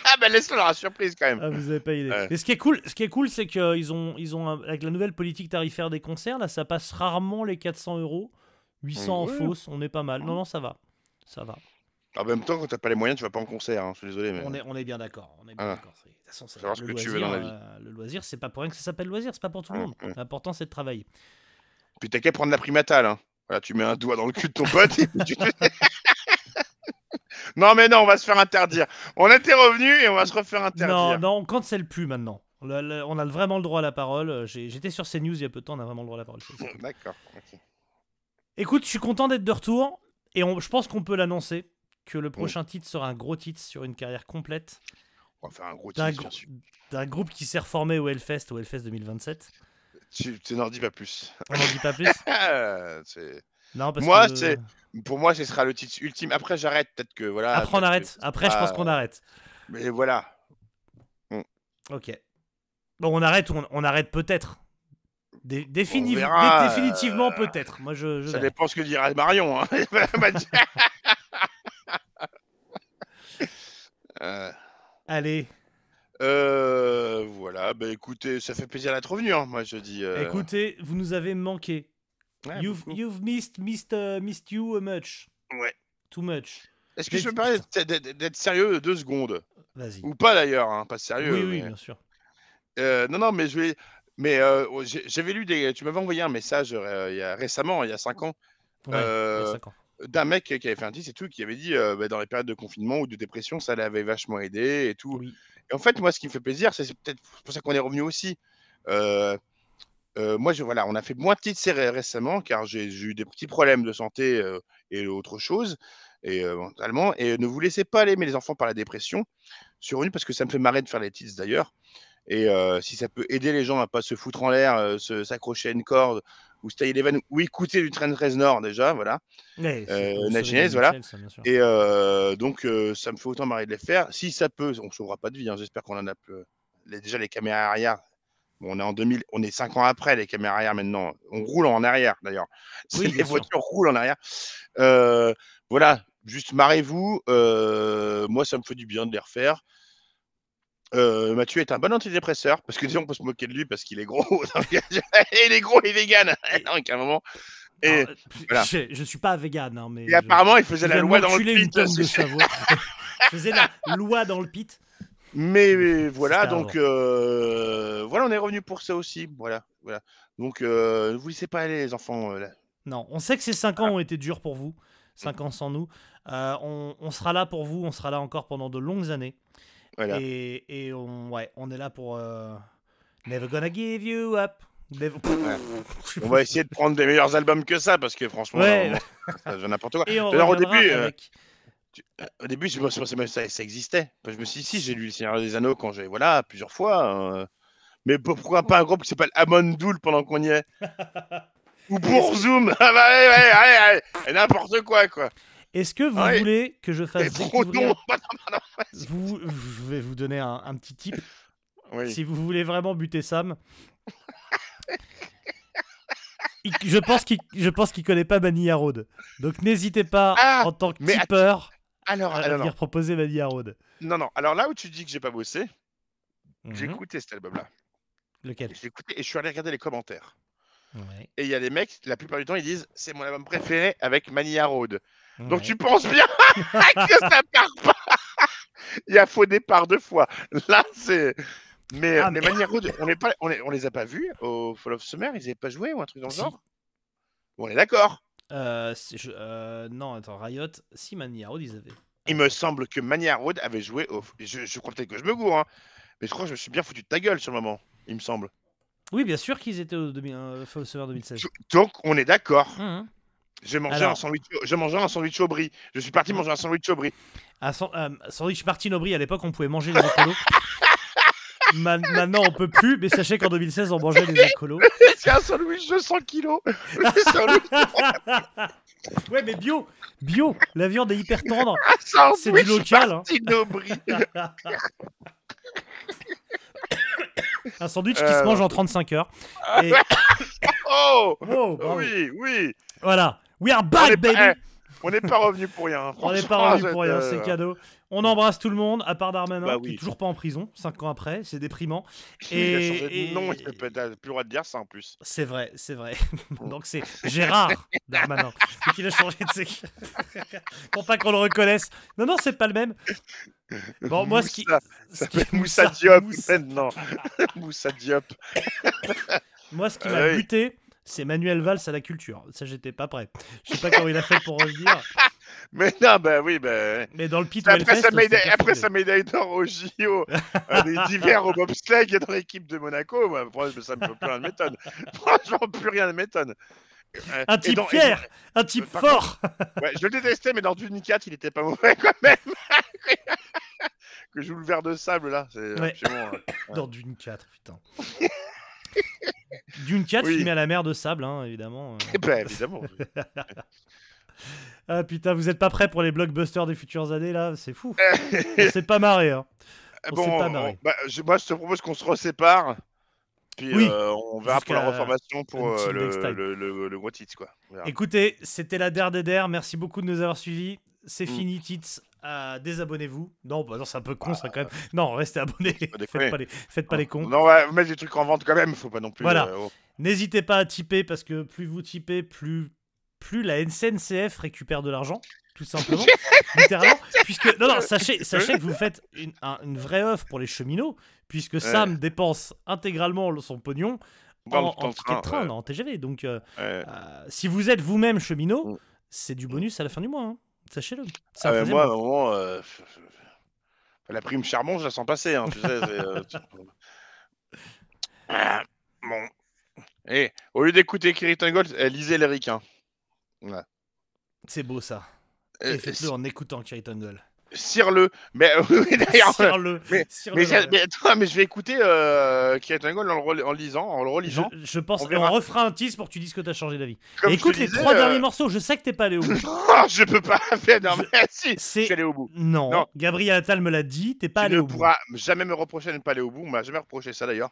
Speaker 4: Ah, ben laisse-le dans la surprise quand même.
Speaker 5: Ah, vous avez pas idée.
Speaker 4: Ouais.
Speaker 5: Et ce qui est cool, ce qui est cool, c'est qu'ils ont, ils ont un- avec la nouvelle politique tarifaire des concerts, là, ça passe rarement les 400 euros, 800 en
Speaker 4: Ouais.
Speaker 5: fausse, on est pas mal. Non, non, ça va, ça va.
Speaker 4: En même temps, quand t'as pas les moyens, tu vas pas en concert. hein, Je suis désolé. Mais...
Speaker 5: On est, on est bien d'accord. On est bien
Speaker 4: Ah.
Speaker 5: d'accord. c'est- De toute façon, c'est
Speaker 4: Savoir ce
Speaker 5: le
Speaker 4: que tu
Speaker 5: loisir.
Speaker 4: veux dans la vie. Mm,
Speaker 5: euh, le loisir, c'est pas pour rien que ça s'appelle loisir, c'est pas pour tout le
Speaker 4: Ouais,
Speaker 5: monde.
Speaker 4: ouais.
Speaker 5: L'important, c'est de travailler.
Speaker 4: Puis t'as qu'à prendre la primatale. Hein. Voilà, tu mets un doigt dans le cul de ton pote. et tu- non, mais non, on va se faire interdire. On était revenu et on va se refaire
Speaker 5: Non,
Speaker 4: interdire.
Speaker 5: non, on cancelle plus maintenant. Là, là, on a vraiment le droit à la parole. Euh, j'ai- J'étais sur CNews il y a peu de temps, on a vraiment le droit à la parole. C'est- c'est cool.
Speaker 4: D'accord. ok.
Speaker 5: Écoute, je suis content d'être de retour et on- je pense qu'on peut l'annoncer que le prochain titre sera un gros titre sur une carrière complète
Speaker 4: On va faire un gros
Speaker 5: d'un
Speaker 4: titre.
Speaker 5: grou-
Speaker 4: bien sûr.
Speaker 5: d'un groupe qui s'est reformé au Hellfest, au Hellfest 2027.
Speaker 4: Tu tu n'en dis pas plus.
Speaker 5: On n'en dit pas plus.
Speaker 4: Ah, c'est-
Speaker 5: Non, parce
Speaker 4: Moi,
Speaker 5: que-
Speaker 4: c'est- Pour moi, ce sera le titre ultime. Après, j'arrête. Peut-être que voilà.
Speaker 5: Après, on
Speaker 4: peut-être
Speaker 5: arrête. Après, je pense
Speaker 4: Ah.
Speaker 5: qu'on arrête.
Speaker 4: que- Mais voilà.
Speaker 5: Ok. Bon, on arrête ou on, on arrête peut-être. Dé- défini- dé-
Speaker 4: verra,
Speaker 5: définitivement
Speaker 4: euh,
Speaker 5: peut-être. Moi, je. je
Speaker 4: Ça
Speaker 5: verrai.
Speaker 4: dépend ce que dira Marion. hein. Elle m'a dit- Euh,
Speaker 5: Allez,
Speaker 4: euh, voilà. Bah écoutez, ça fait plaisir d'être revenu. hein, Moi, je dis. euh,
Speaker 5: écoutez, vous nous avez manqué.
Speaker 4: ouais,
Speaker 5: you've,
Speaker 4: beaucoup.
Speaker 5: you've missed, missed, euh, missed you much.
Speaker 4: Ouais.
Speaker 5: Too much.
Speaker 4: Est-ce que je
Speaker 5: Des-
Speaker 4: peux me permettre d'être- d'être d'être sérieux deux secondes
Speaker 5: Vas-y.
Speaker 4: Ou pas d'ailleurs, hein, pas
Speaker 5: Oui,
Speaker 4: sérieux.
Speaker 5: oui,
Speaker 4: mais-
Speaker 5: bien sûr.
Speaker 4: Euh, non, non, mais je vais. Mais euh, oh, j'ai- j'avais lu des. Tu m'avais envoyé un message euh, il y a- récemment, il y a cinq ans,
Speaker 5: Ouais, il y a
Speaker 4: Euh,
Speaker 5: cinq ans.
Speaker 4: d'un mec qui avait fait un titre et tout, qui avait dit euh, bah, dans les périodes de confinement ou de dépression, ça l'avait vachement aidé et tout.
Speaker 5: Oui.
Speaker 4: Et en fait, moi, ce qui me fait plaisir, c'est c'est peut-être pour ça qu'on est revenu aussi. Euh, euh, moi, je, voilà, on a fait moins de petites séries récemment car j'ai j'ai eu des petits problèmes de santé euh, et autre chose, et euh, mentalement. Et ne vous laissez pas aller, mais les enfants, par la dépression, sur une, parce que ça me fait marrer de faire les titres d'ailleurs. Et euh, si ça peut aider les gens à pas se foutre en l'air, euh, se- s'accrocher à une corde, ou se tailler les vannes, ou écouter du Train 13 Nord déjà, voilà.
Speaker 5: Ouais, c'est
Speaker 4: euh,
Speaker 5: pour
Speaker 4: la
Speaker 5: sauver
Speaker 4: Genèse,
Speaker 5: des
Speaker 4: voilà.
Speaker 5: Michel, ça, bien sûr.
Speaker 4: Et euh, donc, euh, ça me fait autant marrer de les faire. Si ça peut, on sauvera pas de vie. hein. J'espère qu'on en a peu- les- déjà les caméras arrière. Bon, on est en 2000, on est 5 ans après les caméras arrière maintenant. On roule en arrière d'ailleurs.
Speaker 5: Oui,
Speaker 4: les
Speaker 5: bien sûr.
Speaker 4: voitures roulent en arrière. Euh, voilà, juste marrez-vous. Euh, moi, ça me fait du bien de les refaire. Euh, Mathieu est un bon antidépresseur parce que déjà on peut se moquer de lui parce qu'il est gros. Donc, il est gros et vegan. Donc à un moment. Et,
Speaker 5: Alors, euh,
Speaker 4: voilà.
Speaker 5: je, je suis pas vegan, hein, mais.
Speaker 4: et
Speaker 5: je-
Speaker 4: apparemment, il
Speaker 5: je
Speaker 4: faisait la
Speaker 5: viens de
Speaker 4: loi dans le
Speaker 5: m'enculer une
Speaker 4: pit,
Speaker 5: tonne
Speaker 4: c'est-
Speaker 5: de Savoie. je faisais la loi dans le pit.
Speaker 4: Mais euh, voilà,
Speaker 5: C'était
Speaker 4: donc
Speaker 5: avant.
Speaker 4: euh, voilà, on est revenu pour ça aussi. Voilà, voilà. Donc euh, ne vous laissez pas aller, les enfants. euh, là.
Speaker 5: Non, on sait que ces 5 ans ont été durs pour vous, 5 ans sans nous. Euh, on, on sera là pour vous, on sera là encore pendant de longues années.
Speaker 4: Voilà.
Speaker 5: Et, et on, ouais, on est là pour... euh, Never gonna give you up. Never-
Speaker 4: On va essayer de prendre des meilleurs albums que ça, parce que franchement,
Speaker 5: Ouais.
Speaker 4: à un moment, ça devient n'importe quoi.
Speaker 5: Et on
Speaker 4: D'ailleurs, au
Speaker 5: reviendra
Speaker 4: début, euh,
Speaker 5: avec-
Speaker 4: Au début, je me je pensais même que ça, ça existait. Enfin, Je me suis dit, si, j'ai lu Le Seigneur des Anneaux quand j'ai, voilà, plusieurs fois. euh, Mais pour- pourquoi pas un groupe qui s'appelle Amon Doul pendant qu'on y est Ou Bourzoum Ah bah, ouais, ouais, ouais, ouais, et N'importe quoi, quoi.
Speaker 5: Est-ce que vous
Speaker 4: Ah Ouais.
Speaker 5: voulez que je fasse
Speaker 4: Et Frodon,
Speaker 5: découvrir...
Speaker 4: pardon.
Speaker 5: Vous, euh, je vais vous donner un, un petit tip.
Speaker 4: Oui.
Speaker 5: Si vous voulez vraiment buter Sam... il- Je pense qu'il je pense qu'il connaît pas Vanilla Road. Donc n'hésitez pas
Speaker 4: Ah,
Speaker 5: en tant que
Speaker 4: mais att-
Speaker 5: tipeur
Speaker 4: Alors,
Speaker 5: à, à
Speaker 4: alors, non.
Speaker 5: venir proposer Vanilla Road.
Speaker 4: non, non. Alors là où tu dis que j'ai pas bossé, j'ai
Speaker 5: Mhm.
Speaker 4: écouté cet album-là.
Speaker 5: Lequel
Speaker 4: J'ai écouté et je suis allé regarder les commentaires.
Speaker 5: Ouais.
Speaker 4: Et il y a des mecs, la plupart du temps, ils disent c'est mon album préféré avec Mania Road. Donc
Speaker 5: Ouais.
Speaker 4: tu penses bien que ça part pas. il y a faux départ deux fois. Là, c'est. Mais,
Speaker 5: Ah,
Speaker 4: mais
Speaker 5: mais-
Speaker 4: Mania Road, on, est pas, on, est- on les a pas vus au Fall of Summer, ils n'avaient pas joué ou un truc dans le
Speaker 5: Si.
Speaker 4: genre Bon, On est d'accord.
Speaker 5: Euh, c'est- je- euh, non, attends, Riot, si Mania Road, ils avaient.
Speaker 4: Il me semble que Mania Road avait joué au. Je, je crois peut-être que je me gourre, hein, mais je crois que je me suis bien foutu de ta gueule sur le moment, il me semble.
Speaker 5: Oui, bien sûr qu'ils étaient au 2000, euh, Fall of Summer 2016.
Speaker 4: Je- Donc on est d'accord.
Speaker 5: Hum, hum.
Speaker 4: J'ai mangé,
Speaker 5: Alors- Mm.
Speaker 4: un sandwich- j'ai mangé un sandwich au brie. Je suis parti manger un sandwich au brie.
Speaker 5: Ah, sans- euh, sandwich Martine Aubry, à l'époque, on pouvait manger les écolos. Ma- Maintenant, on peut plus, mais sachez qu'en 2016, on mangeait les écolos.
Speaker 4: C'est un sandwich de 100 kilos. Le sandwich-
Speaker 5: Ouais, mais bio, bio, la viande est hyper tendre.
Speaker 4: un sandwich
Speaker 5: C'est du local, hein.
Speaker 4: Martine Aubry.
Speaker 5: Un sandwich qui
Speaker 4: Euh,
Speaker 5: se mange en 35 heures. Et...
Speaker 4: Oh
Speaker 5: Oh, bravo.
Speaker 4: Oui, oui.
Speaker 5: Voilà. We are
Speaker 4: On
Speaker 5: back,
Speaker 4: est
Speaker 5: baby.
Speaker 4: pas- eh, On n'est pas revenu pour rien. hein,
Speaker 5: On n'est
Speaker 4: franchement,
Speaker 5: pas rendu pour rien,
Speaker 4: euh,
Speaker 5: c'est cadeau. On embrasse tout le monde, à part Darmanin,
Speaker 4: Bah
Speaker 5: qui
Speaker 4: oui.
Speaker 5: est toujours pas en prison, 5 ans après, c'est déprimant.
Speaker 4: euh, Il a
Speaker 5: Et-
Speaker 4: changé
Speaker 5: et-
Speaker 4: de nom, il peut pas- plus le droit de dire ça en plus.
Speaker 5: C'est vrai, c'est vrai. Donc c'est Gérard Darmanin, mais qu'il a changé de sécu. pour pas qu'on le reconnaisse. Non, non, c'est pas le même. Bon, moi, ce qui.
Speaker 4: Moussa,
Speaker 5: ce
Speaker 4: Ça
Speaker 5: qui-
Speaker 4: s'appelle Moussa Diop
Speaker 5: Moussa.
Speaker 4: maintenant. Moussa Diop.
Speaker 5: Moi, ce qui
Speaker 4: Ah
Speaker 5: m'a
Speaker 4: oui.
Speaker 5: buté, c'est Manuel Valls à la culture. Ça, j'étais pas prêt. Je sais pas comment il a fait pour revenir,
Speaker 4: Mais non, bah oui, bah.
Speaker 5: mais dans le pit
Speaker 4: Après,
Speaker 5: Hellfest,
Speaker 4: sa médaille,
Speaker 5: c'était
Speaker 4: après
Speaker 5: particulier.
Speaker 4: sa médaille d'or au JO, euh, des divers au bobsleigh et dans l'équipe de Monaco, moi, franchement, ça me plus rien ne m'étonne. Franchement, plus rien ne m'étonne. Euh,
Speaker 5: Un
Speaker 4: et
Speaker 5: type
Speaker 4: dans- et
Speaker 5: fier, un type
Speaker 4: par
Speaker 5: fort.
Speaker 4: dans- ouais, je le détestais, mais dans Dune 4, il était pas mauvais quand même. que joue le verre de sable là, c'est
Speaker 5: Ouais.
Speaker 4: absolument. euh, Ouais.
Speaker 5: Dans Dune 4, putain. Dune 4
Speaker 4: Oui.
Speaker 5: filmé à la mer de sable, hein, évidemment.
Speaker 4: eh ben, évidemment.
Speaker 5: Ah putain, vous êtes pas prêts pour les blockbusters des futures années là C'est fou. On s'est pas marré. Hein. On
Speaker 4: bon,
Speaker 5: s'est pas
Speaker 4: on-
Speaker 5: marré.
Speaker 4: bah, je, moi, je te propose qu'on se resépare. Puis
Speaker 5: Oui.
Speaker 4: euh, on verra pour la
Speaker 5: Jusqu'à
Speaker 4: reformation pour euh,
Speaker 5: until
Speaker 4: le,
Speaker 5: next time.
Speaker 4: le, le, le What It's, quoi. On verra.
Speaker 5: Écoutez, c'était la der des der. Merci beaucoup de nous avoir suivis. C'est
Speaker 4: Mm.
Speaker 5: fini, Tits. Euh, désabonnez-vous. Non, bah non, c'est un peu con ça quand même. Non, restez abonnés.
Speaker 4: pas
Speaker 5: Faites
Speaker 4: déconner.
Speaker 5: pas les, faites pas les cons.
Speaker 4: Non, on va mettre des trucs en vente quand même, faut pas non plus.
Speaker 5: Voilà.
Speaker 4: euh, oh.
Speaker 5: N'hésitez pas à typer parce que plus vous typez, plus, plus la SNCF récupère de l'argent, tout simplement. littéralement. Puisque, non, non, sachez, sachez que vous faites une, un- une vraie offre pour les cheminots, puisque Sam dépense intégralement son pognon en,
Speaker 4: Dans le- dans
Speaker 5: en
Speaker 4: le
Speaker 5: ticket de
Speaker 4: train,
Speaker 5: train, en TGV. Donc, euh,
Speaker 4: ouais, ouais.
Speaker 5: euh, si vous êtes vous-même cheminot,
Speaker 4: Mm.
Speaker 5: c'est du bonus à la fin du mois. hein. Sachez-le. C'est
Speaker 4: Ah
Speaker 5: un
Speaker 4: ouais,
Speaker 5: treizième
Speaker 4: moi, à un
Speaker 5: mois.
Speaker 4: moment, euh, je- je- la prime charbon, je la sens passer. Hein, tu sais, c'est, euh, tu- Ah, bon. Et au lieu d'écouter Kiritan Gold, euh, lisez les ricains.
Speaker 5: C'est beau ça.
Speaker 4: Euh,
Speaker 5: Et faites-le hein. en écoutant Kerry Tungle.
Speaker 4: Cire-le. Mais euh, oui, d'ailleurs. euh,
Speaker 5: Serre-le. serre-le
Speaker 4: Mais,
Speaker 5: dans
Speaker 4: ça-
Speaker 5: la-
Speaker 4: mais attends, mais je vais écouter euh, Kiritan Gold en, le rel- en lisant, en le
Speaker 5: Je,
Speaker 4: relisant.
Speaker 5: je pense
Speaker 4: On
Speaker 5: qu'on
Speaker 4: verra.
Speaker 5: refera un tease pour que tu dises que t'as changé d'avis.
Speaker 4: Comme je te
Speaker 5: Écoute les
Speaker 4: disais,
Speaker 5: trois
Speaker 4: euh,
Speaker 5: derniers morceaux, je sais que t'es pas allé au bout.
Speaker 4: Oh, je peux pas faire. Non,
Speaker 5: Je-
Speaker 4: mais si, je
Speaker 5: C'est-
Speaker 4: suis allé au bout.
Speaker 5: Non,
Speaker 4: Non.
Speaker 5: Gabriel Attal me l'a dit, t'es pas
Speaker 4: tu
Speaker 5: allé
Speaker 4: ne
Speaker 5: au
Speaker 4: pourras jamais me reprocher de ne pas aller au bout. On m'a jamais reproché ça d'ailleurs.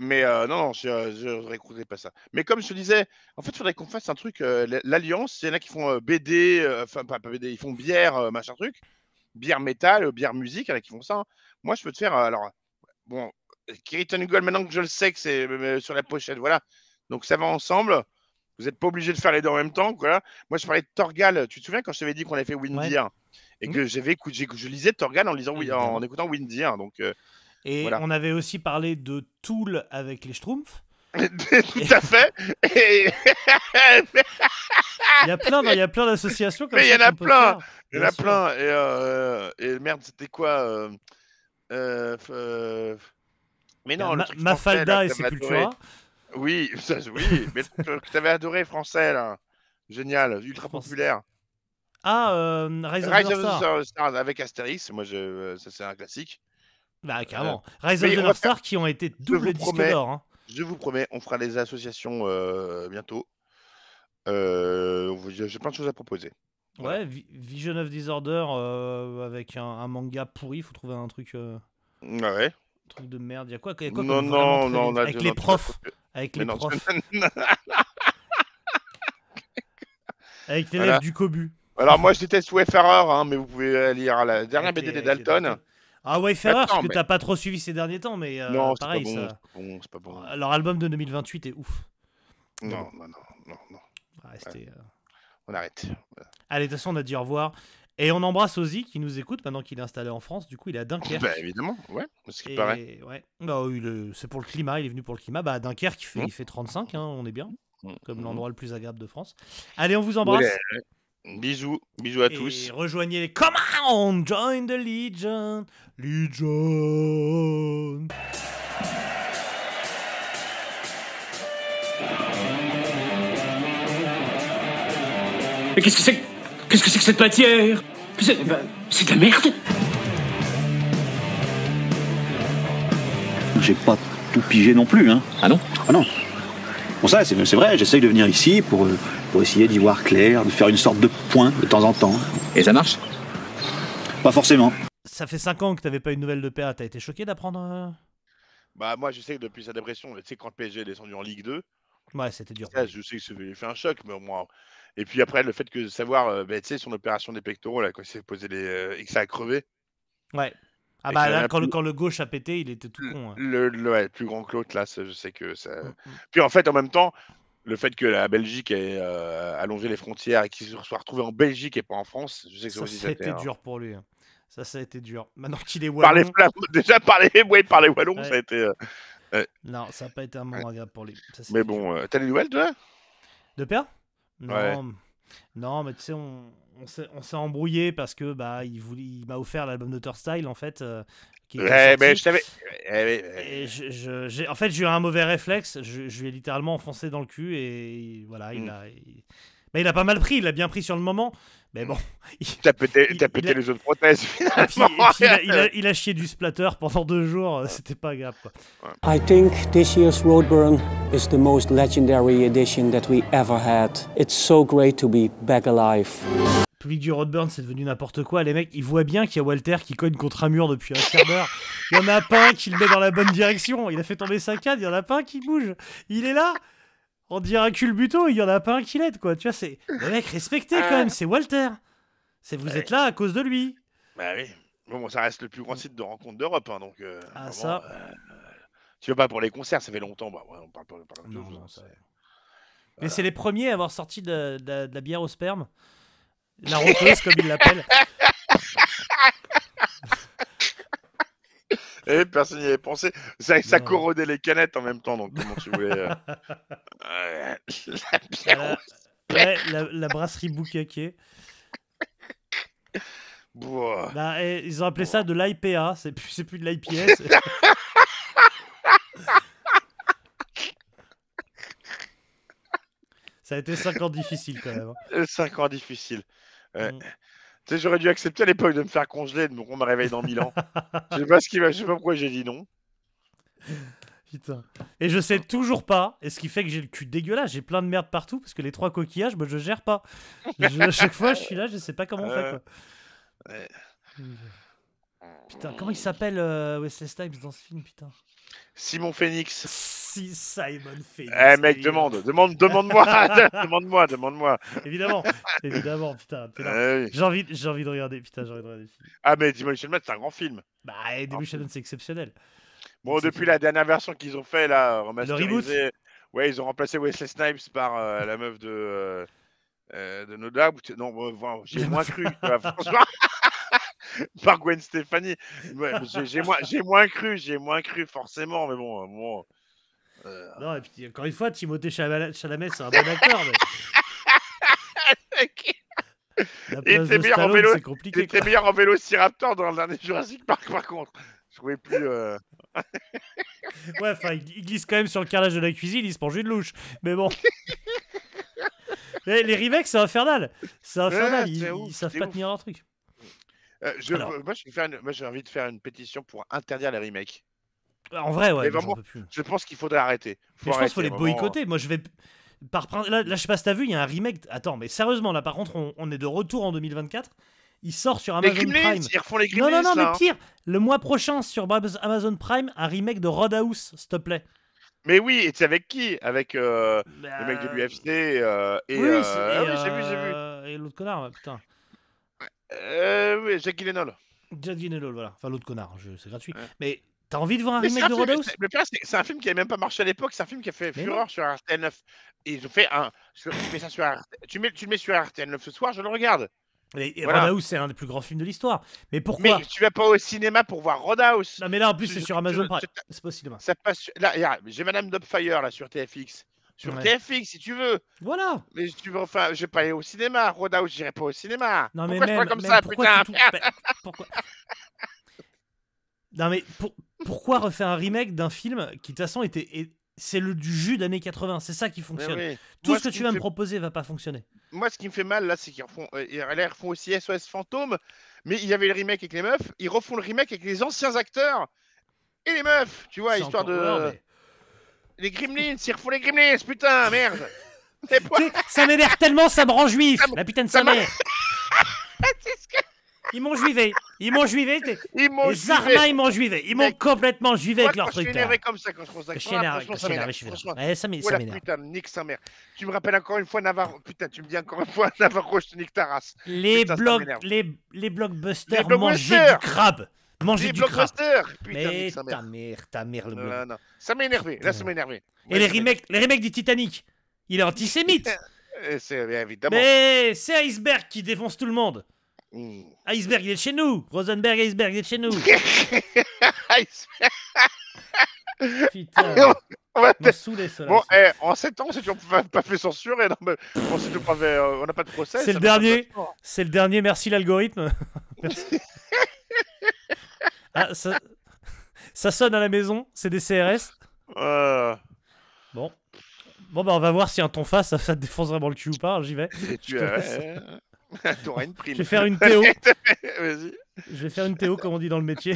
Speaker 4: Mais euh, non, non, je ne réécouterai pas ça. Mais comme je te disais, en fait, il faudrait qu'on fasse un truc. euh, l- L'Alliance, il y en a qui font euh, BD, euh, enfin, pas, pas BD, ils font bière, euh, machin truc. Bière métal, euh, bière musique, il y en a qui font ça. hein. Moi, je peux te faire. euh, alors, bon, Kiritan Gold, maintenant que je le sais que c'est euh, sur la pochette, voilà. Donc, ça va ensemble. Vous n'êtes pas obligé de faire les deux en même temps. Voilà. Moi, je parlais de Torgal. Tu te souviens quand je t'avais dit qu'on avait fait Windir et que j'avais écouté, j'ai- je lisais Torgal en lisant, Wi- en,
Speaker 5: Mmh. Ah, Évidemment.
Speaker 4: écoutant Windir. Donc, euh,
Speaker 5: bout. Et
Speaker 4: Voilà.
Speaker 5: on avait aussi parlé de Tool avec les Schtroumpfs.
Speaker 4: tout à fait. Et
Speaker 5: Il y a plein, il y a plein d'associations comme
Speaker 4: Ah Mais il y
Speaker 5: ça
Speaker 4: en a
Speaker 5: qu'on peut
Speaker 4: plein.
Speaker 5: faire.
Speaker 4: il y en
Speaker 5: Bien
Speaker 4: a
Speaker 5: sûr.
Speaker 4: plein. Et, euh, et merde, c'était quoi euh, euh, f- euh, Mais
Speaker 5: Il y a
Speaker 4: non, le
Speaker 5: Ma-
Speaker 4: truc français, là,
Speaker 5: Mafalda
Speaker 4: que
Speaker 5: et
Speaker 4: t'avais adoré.
Speaker 5: Sepultura.
Speaker 4: Oui, ça, oui, mais le truc que t'avais adoré français là. Génial, ultra
Speaker 5: Français.
Speaker 4: populaire.
Speaker 5: Ah, euh, Rise of the
Speaker 4: Rise
Speaker 5: North
Speaker 4: of the
Speaker 5: Star.
Speaker 4: Star- Stars avec Astérix, moi je, euh, ça c'est un classique.
Speaker 5: Bah, carrément. Rise of
Speaker 4: mais
Speaker 5: the
Speaker 4: on va
Speaker 5: North
Speaker 4: faire-
Speaker 5: Star qui ont été
Speaker 4: vous
Speaker 5: double disque
Speaker 4: promets-
Speaker 5: d'or. hein.
Speaker 4: Je vous promets, on fera les associations euh, bientôt. Euh, j'ai j'ai plein de choses à proposer. Voilà.
Speaker 5: Ouais, Vi- Vision of Disorder euh, avec un, un manga pourri, faut trouver un truc, euh,
Speaker 4: Ouais.
Speaker 5: un truc de merde. Il y a quoi, il y a quoi
Speaker 4: Non,
Speaker 5: comme vraiment
Speaker 4: non,
Speaker 5: très
Speaker 4: non,
Speaker 5: bien-
Speaker 4: on a
Speaker 5: Avec
Speaker 4: déjà-
Speaker 5: les
Speaker 4: non, tu vas
Speaker 5: profs,
Speaker 4: couper.
Speaker 5: avec
Speaker 4: Mais
Speaker 5: les
Speaker 4: non, tu-
Speaker 5: profs,
Speaker 4: non.
Speaker 5: avec l'élève
Speaker 4: Voilà.
Speaker 5: du Cobu.
Speaker 4: Alors moi je déteste Wayfarer, hein, mais vous pouvez euh, lire la dernière
Speaker 5: Avec
Speaker 4: BD
Speaker 5: les-
Speaker 4: des
Speaker 5: avec les
Speaker 4: Dalton.
Speaker 5: Ah, Wayfarer, parce
Speaker 4: Attends,
Speaker 5: que
Speaker 4: mais-
Speaker 5: t'as pas trop suivi ces derniers temps, mais euh,
Speaker 4: non, c'est pas
Speaker 5: pareil,
Speaker 4: bon,
Speaker 5: ça.
Speaker 4: c'est pas bon, c'est pas bon.
Speaker 5: Leur album de 2028 est ouf.
Speaker 4: Non, non, non, non, non.
Speaker 5: Ah, c'était, euh,
Speaker 4: On arrête.
Speaker 5: Allez, de toute façon, on a dit au revoir. Et on embrasse Ozzy qui nous écoute maintenant qu'il est installé en France. Du coup, il est à Dunkerque.
Speaker 4: Bah, évidemment, ouais. Ce qui
Speaker 5: Et-
Speaker 4: paraît.
Speaker 5: ouais. Bah, il, euh, c'est pour le climat, il est venu pour le climat. Bah, à Dunkerque, il fait,
Speaker 4: Mhm.
Speaker 5: il fait 35, hein, on est bien,
Speaker 4: Mhm.
Speaker 5: comme
Speaker 4: Mhm.
Speaker 5: l'endroit le plus agréable de France. Allez, on vous embrasse.
Speaker 4: Bisous, bisous à
Speaker 5: et
Speaker 4: tous.
Speaker 5: rejoignez les Come on, join the Legion. Legion.
Speaker 1: Mais qu'est-ce que c'est que- Qu'est-ce que c'est que cette matière Putain, ben, c'est de la merde
Speaker 2: J'ai pas tout pigé non plus. Hein.
Speaker 8: Ah non
Speaker 2: Ah non. Bon, ça, c'est c'est vrai, j'essaye de venir ici pour, euh, pour essayer d'y voir clair, de faire une sorte de point de temps en temps.
Speaker 8: Et ça marche
Speaker 2: Pas forcément.
Speaker 5: Ça fait 5 ans que t'avais pas une nouvelle de PA. T'as été choqué d'apprendre euh
Speaker 4: Bah, moi, je sais que depuis sa dépression, tu sais, quand le PSG est descendu en Ligue 2,
Speaker 5: Ouais, c'était dur.
Speaker 4: ça, je sais que ça lui fait un choc, mais au moins. Et puis après, le fait que de savoir, euh, bah, tu sais, son opération des pectoraux, là, quand il s'est posé les. euh, et que ça a crevé,
Speaker 5: Ouais. Ah
Speaker 4: Et
Speaker 5: bah
Speaker 4: qu'il y en
Speaker 5: là,
Speaker 4: a
Speaker 5: quand
Speaker 4: plus.
Speaker 5: le,
Speaker 4: Mm.
Speaker 5: quand le gauche a pété, il était tout con. hein.
Speaker 4: Mmh. le, le- ouais, le plus grand que l'autre, là, ça, je sais que ça.
Speaker 5: Mm, mm.
Speaker 4: Puis en fait, en même temps, le fait que la Belgique ait euh, allongé les frontières et qu'il se soit retrouvé en Belgique et pas en France, je sais que ça,
Speaker 5: Ça,
Speaker 4: aussi,
Speaker 5: ça a
Speaker 4: ça fait
Speaker 5: été
Speaker 4: un-
Speaker 5: dur pour lui. hein. Ça, ça a été dur. Maintenant qu'il est
Speaker 4: Par les
Speaker 5: wallon,
Speaker 4: Flamands, déjà par les, ouais, par les Wallons,
Speaker 5: Ouais.
Speaker 4: ça a été. euh,
Speaker 5: non, ça n'a pas été un moment agréable pour lui. Ça, c'était
Speaker 4: Mais
Speaker 5: dur.
Speaker 4: bon, euh, t'as des nouvelles, toi
Speaker 5: De père Non.
Speaker 4: Ouais.
Speaker 5: Non, mais tu sais, on, on s'est- on s'est embrouillé parce que bah il, voulait- il m'a offert l'album d'Outer Style en fait. euh, qui était
Speaker 4: Ouais, mais
Speaker 5: sorti.
Speaker 4: je t'avais. Eh, ouais, ouais.
Speaker 5: Et je- je- j'ai- en fait, j'ai eu un mauvais réflexe. Je, je lui ai littéralement enfoncé dans le cul et voilà, il
Speaker 4: Mm.
Speaker 5: a. il- Mais il a pas mal pris, il l'a bien pris sur le moment. Mais bon, il-
Speaker 4: T'as pété,
Speaker 5: Il-
Speaker 4: t'as
Speaker 5: il
Speaker 4: pété
Speaker 5: a-
Speaker 4: les autres prothèses,
Speaker 5: et puis- et
Speaker 4: finalement.
Speaker 5: puis il, a, il a- il a chié du splatter pendant deux jours. euh, C'était pas grave. Quoi.
Speaker 9: I think this year's Roadburn is the most legendary edition that we ever had. It's so great to be back alive.
Speaker 5: public du Roadburn, c'est devenu n'importe quoi. Les mecs, ils voient bien qu'il y a Walter qui cogne contre un mur depuis un quart d'heure. Il y en a pas un qui le met dans la bonne direction. Il a fait tomber sa canne, il y en a pas un qui bouge. Il est là On dirait un culbuto, il y en a pas un qui l'aide, quoi. Tu vois, c'est. Les mecs, respectez quand même, c'est Walter. C'est vous êtes là à cause de lui.
Speaker 4: Bah oui. Bon, bon, ça reste le plus grand site de rencontre d'Europe, hein, donc. euh,
Speaker 5: Ah,
Speaker 4: vraiment,
Speaker 5: ça.
Speaker 4: euh, tu veux pas pour les concerts, ça fait longtemps. Bah, ouais, on parle pas on parle pas de
Speaker 5: Non,
Speaker 4: choses,
Speaker 5: non,
Speaker 4: hein,
Speaker 5: ça-
Speaker 4: c'est-
Speaker 5: Mais c'est les premiers à avoir sorti de, de- de la bière au sperme. La roteuse, comme ils l'appellent.
Speaker 4: Eh, personne n'y avait pensé. Ça, ça
Speaker 5: Non.
Speaker 4: corrodait les canettes en même temps, donc comment tu voulais. euh, euh, la bière
Speaker 5: La,
Speaker 4: au-
Speaker 5: Euh, ouais, la, la brasserie Boukaké.
Speaker 4: Bouah.
Speaker 5: Bah, eh, ils ont appelé ça de l'IPA, c'est plus, c'est plus de l'IPS. ça a été 5 ans difficiles quand même. hein.
Speaker 4: Euh, Cinq ans difficiles. Ouais.
Speaker 5: Mm.
Speaker 4: Tu sais, j'aurais dû accepter à l'époque de me faire congeler, de me qu'on me réveille dans mille ans. je sais pas ce qui va, je sais pas pourquoi j'ai dit non.
Speaker 5: Putain. Et je sais toujours pas, et ce qui fait que j'ai le cul dégueulasse, j'ai plein de merde partout parce que les trois coquillages, bah, je gère pas. Je- à chaque fois, je suis là, je sais pas comment on fait. quoi.
Speaker 4: Euh, ouais.
Speaker 5: Putain, comment il s'appelle euh, Wesley Snipes dans ce film, putain
Speaker 4: Simon Phoenix.
Speaker 5: Si Simon Phoenix.
Speaker 4: Eh mec,
Speaker 5: évidemment.
Speaker 4: demande, demande, demande-moi, demande-moi, demande-moi.
Speaker 5: Évidemment, évidemment, putain. t'es là.
Speaker 4: Eh oui.
Speaker 5: J'ai envie, j'ai envie de regarder, putain, j'ai envie de regarder. le film.
Speaker 4: Ah mais Demolition Man, c'est un grand film.
Speaker 5: Bah, et
Speaker 4: Ah,
Speaker 5: Demi Shannon, c'est exceptionnel.
Speaker 4: Bon,
Speaker 5: C'est-
Speaker 4: depuis la dernière version qu'ils ont fait là,
Speaker 5: reboot.
Speaker 4: remasterisé, ouais, ils ont remplacé Wesley Snipes par euh, la meuf de euh, euh, de No Doubt. Non, bon, bon, j'ai
Speaker 5: La
Speaker 4: moins cru, tu vois, franchement. par Gwen Stefani. Ouais, j'ai- j'ai moins, j'ai moins cru, j'ai moins cru forcément, mais bon, euh, bon. euh,
Speaker 5: Non, et puis encore une fois, Timothée Chavala- Chalamet, c'est un bon acteur, mais la
Speaker 4: Il
Speaker 5: place
Speaker 4: était
Speaker 5: de
Speaker 4: meilleur en
Speaker 5: Stallone,
Speaker 4: vélo,
Speaker 5: c'est
Speaker 4: Il
Speaker 5: compliqué.
Speaker 4: était
Speaker 5: quoi.
Speaker 4: meilleur en Vélociraptor dans le dernier Jurassic Park, par contre. Je trouvais plus. euh,
Speaker 5: Ouais, enfin, il il glisse quand même sur le carrelage de la cuisine, il se penche une louche. Mais bon. Mais les remakes, c'est infernal. C'est infernal,
Speaker 4: Ouais,
Speaker 5: ils,
Speaker 4: c'est
Speaker 5: ils
Speaker 4: ouf,
Speaker 5: savent
Speaker 4: c'est
Speaker 5: pas
Speaker 4: ouf.
Speaker 5: tenir leur truc.
Speaker 4: Euh, je,
Speaker 5: Alors.
Speaker 4: veux- moi, je vais faire une- moi, j'ai envie de faire une pétition pour interdire les remakes.
Speaker 5: En vrai, ouais,
Speaker 4: Mais
Speaker 5: j'en
Speaker 4: vraiment,
Speaker 5: peux plus.
Speaker 4: Je pense qu'il faudrait arrêter. Faut
Speaker 5: Mais je pense qu'il faut
Speaker 4: arrêter,
Speaker 5: les
Speaker 4: vraiment.
Speaker 5: boycotter. Moi, je vais. Par... prin- Là, là, je sais pas si t'as vu, il y a un remake. Attends, mais sérieusement, là, par contre, on, on est de retour en 2024. Il sort sur
Speaker 4: Les
Speaker 5: Amazon Prime.
Speaker 4: Gremlins, ils refont les
Speaker 5: Non,
Speaker 4: Gremlins.
Speaker 5: non,
Speaker 4: là,
Speaker 5: non, mais
Speaker 4: hein.
Speaker 5: pire, le mois prochain sur Bab- Amazon Prime, un remake de Roadhouse, s'il te plaît.
Speaker 4: Mais oui, et tu sais avec qui Avec euh, les mecs de
Speaker 5: Euh,
Speaker 4: l'UFC euh, et.
Speaker 5: Oui,
Speaker 4: euh,
Speaker 5: c'est-
Speaker 4: ah oui,
Speaker 5: et,
Speaker 4: j'ai vu, j'ai vu.
Speaker 5: euh, Et l'autre connard, ouais, putain.
Speaker 4: Euh, oui, Jackie Lennon.
Speaker 5: Jadine et voilà. Enfin, l'autre connard, je- c'est gratuit.
Speaker 4: Ouais.
Speaker 5: Mais T'as envie de voir un
Speaker 4: Mais c'est
Speaker 5: remake
Speaker 4: un
Speaker 5: de
Speaker 4: film-
Speaker 5: Roadhouse
Speaker 4: c'est- le pire, c'est- c'est un film qui a même pas marché à l'époque. C'est un film qui a fait
Speaker 5: Mais
Speaker 4: fureur sur RTL 9. Ils ont fait un. sur- tu mets ça sur RTL tu, mets, tu le mets sur RTL 9 ce soir, je le regarde.
Speaker 5: Et- et
Speaker 4: Voilà.
Speaker 5: Roadhouse, c'est un des plus grands films de l'histoire. Mais
Speaker 4: Mais
Speaker 5: pourquoi
Speaker 4: tu vas pas au cinéma pour voir Roadhouse.
Speaker 5: Non, mais là, en plus,
Speaker 4: tu-
Speaker 5: c'est
Speaker 4: tu-
Speaker 5: sur Amazon
Speaker 4: tu-
Speaker 5: Prime.
Speaker 4: tu-
Speaker 5: C'est pas au cinéma.
Speaker 4: Ça passe. sur- Là, regarde, j'ai Madame Dopfire là sur TFX. Sur
Speaker 5: Ouais.
Speaker 4: TFX si tu veux.
Speaker 5: Voilà.
Speaker 4: Mais tu veux, enfin, je vais pas aller au cinéma. Roadhouse, j'irai pas au cinéma.
Speaker 5: Non,
Speaker 4: pourquoi
Speaker 5: mais
Speaker 4: je
Speaker 5: même,
Speaker 4: parle comme
Speaker 5: même,
Speaker 4: ça,
Speaker 5: pourquoi
Speaker 4: putain
Speaker 5: tu touches- bah, pourquoi Non, mais pour- pourquoi refaire un remake d'un film qui, de toute façon, était. est- C'est le du jus d'années 80, c'est ça qui
Speaker 4: Mais
Speaker 5: fonctionne.
Speaker 4: oui.
Speaker 5: Tout
Speaker 4: Moi,
Speaker 5: ce que
Speaker 4: qui
Speaker 5: tu
Speaker 4: me
Speaker 5: vas me
Speaker 4: fait-
Speaker 5: proposer va pas fonctionner.
Speaker 4: Moi, ce qui me fait mal là, c'est qu'ils refont, euh, ils- là, ils refont aussi SOS Fantôme, mais il y avait le remake avec les meufs, ils refont le remake avec les anciens acteurs et les meufs, tu vois,
Speaker 5: C'est
Speaker 4: histoire
Speaker 5: encore
Speaker 4: de.
Speaker 5: horreur, mais-
Speaker 4: Les Gremlins, ils refont les Gremlins, putain, merde C'est pour-
Speaker 5: Tu sais, Ça m'énerve tellement, ça me rend juif La putain de sa
Speaker 4: ça m'a-
Speaker 5: mère
Speaker 4: c'est ce que-
Speaker 5: Ils m'ont juivé Ils m'ont juivé t'es-
Speaker 4: Ils m'ont
Speaker 5: Les
Speaker 4: juivé.
Speaker 5: Arma, ils m'ont juivé Ils m'ont
Speaker 4: Mec,
Speaker 5: complètement juivé
Speaker 4: Moi,
Speaker 5: avec leur
Speaker 4: quand je suis
Speaker 5: truc là.
Speaker 4: énervé comme ça quand je pense à
Speaker 5: Je suis
Speaker 4: Connard,
Speaker 5: énervé,
Speaker 4: franchement,
Speaker 5: je suis
Speaker 4: ça
Speaker 5: énervé,
Speaker 4: m'énerve,
Speaker 5: je suis
Speaker 4: franchement.
Speaker 5: énervé. Ouais, ça m'é-
Speaker 4: Oh
Speaker 5: ça
Speaker 4: la
Speaker 5: m'énerve.
Speaker 4: putain, nique sa mère. Tu me rappelles encore une fois Navarro. Putain, tu me dis encore une fois Navarro, je te nique ta race.
Speaker 5: Les,
Speaker 4: Putain, ça
Speaker 5: bloc-
Speaker 4: m'énerve.
Speaker 5: les, les blockbusters
Speaker 4: Les
Speaker 5: mangeaient du
Speaker 4: blockbusters
Speaker 5: crabe Mangeaient
Speaker 4: Les
Speaker 5: du crabe
Speaker 4: blockbusters Putain,
Speaker 5: Mais
Speaker 4: nique sa mère.
Speaker 5: ta mère, ta mère le
Speaker 4: Non,
Speaker 5: bloc-
Speaker 4: non, non. Ça m'a énervé, là, Euh, ça
Speaker 5: Putain.
Speaker 4: m'a énervé.
Speaker 5: Et les remakes, les remakes du Titanic Il est antisémite
Speaker 4: Euh, C'est évidemment.
Speaker 5: Mais c'est Iceberg qui défonce tout le monde
Speaker 4: Mm.
Speaker 5: Iceberg il est de chez nous Rosenberg Iceberg il est de chez nous
Speaker 4: Ah, il se-
Speaker 5: Putain
Speaker 4: on va
Speaker 5: M'en saoulait, ça, là,
Speaker 4: Bon,
Speaker 5: aussi.
Speaker 4: eh, en 7 ans, on s'est toujours pas, pas fait censurer. Non, mais on s'est toujours pas fait, euh, on n'a pas de procès.
Speaker 5: C'est le
Speaker 4: ça nous a
Speaker 5: dernier.
Speaker 4: pas-
Speaker 5: C'est le dernier, merci l'algorithme. Merci. Ah, ça... ça sonne à la maison, c'est des CRS.
Speaker 4: Euh,
Speaker 5: Bon. Bon, bah on va voir si un ton face, ça, ça te défonce vraiment le cul ou pas, hein, j'y vais.
Speaker 4: et tu
Speaker 5: te
Speaker 4: euh,
Speaker 5: laisse.
Speaker 4: euh, t'auras une prime. Eh,
Speaker 5: Je vais faire une Théo,
Speaker 4: Vas-y.
Speaker 5: je vais faire une Théo comme on dit dans le métier.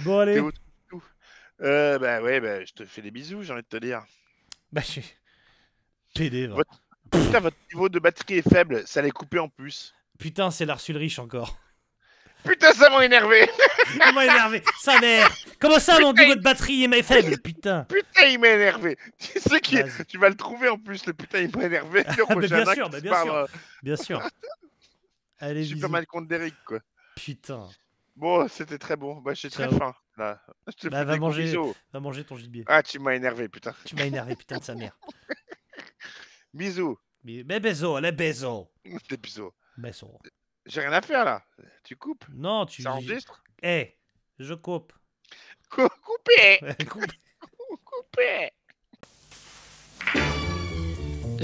Speaker 5: Bon allez,
Speaker 4: Théo. Euh, bah ouais, bah, je te fais des bisous, j'ai envie de te dire.
Speaker 5: bah je suis PD. va.
Speaker 4: Votre- Putain, votre niveau de batterie est faible, ça l'est coupé en plus.
Speaker 5: Putain, c'est l'Arsul riche encore.
Speaker 4: Putain, ça m'a énervé.
Speaker 5: Il m'a énervé, sa mère. Comment ça, mon
Speaker 4: Putain,
Speaker 5: niveau de batterie est faible, putain.
Speaker 4: Putain, il m'a énervé. Tu sais qui
Speaker 5: Vas-y.
Speaker 4: Tu vas le trouver en plus, le putain, il m'a énervé. Le
Speaker 5: bah,
Speaker 4: prochain
Speaker 5: bien
Speaker 4: acte
Speaker 5: sûr,
Speaker 4: qui
Speaker 5: bah,
Speaker 4: se
Speaker 5: bien
Speaker 4: parle,
Speaker 5: sûr.
Speaker 4: euh,
Speaker 5: Bien sûr. Allez, bisous.
Speaker 4: Superman contre Derrick, quoi.
Speaker 5: Putain,
Speaker 4: Bon, c'était très bon. Bah, j'ai très
Speaker 5: Ciao.
Speaker 4: faim. Là. Je te
Speaker 5: Bah,
Speaker 4: fais
Speaker 5: va
Speaker 4: des gros
Speaker 5: manger.
Speaker 4: bisous.
Speaker 5: va manger ton gibier.
Speaker 4: Ah, tu m'as énervé, putain.
Speaker 5: Tu m'as énervé, putain de sa mère.
Speaker 4: Bisous.
Speaker 5: Mais, mais baiso, allez, baiso.
Speaker 4: Des bisous.
Speaker 5: Baiso.
Speaker 4: J'ai rien à faire là. Tu coupes.
Speaker 5: Non, tu.
Speaker 4: Ça enregistre.
Speaker 5: Eh, je coupe.
Speaker 4: Cou- Coupez.
Speaker 5: Coupe.
Speaker 4: Coupez.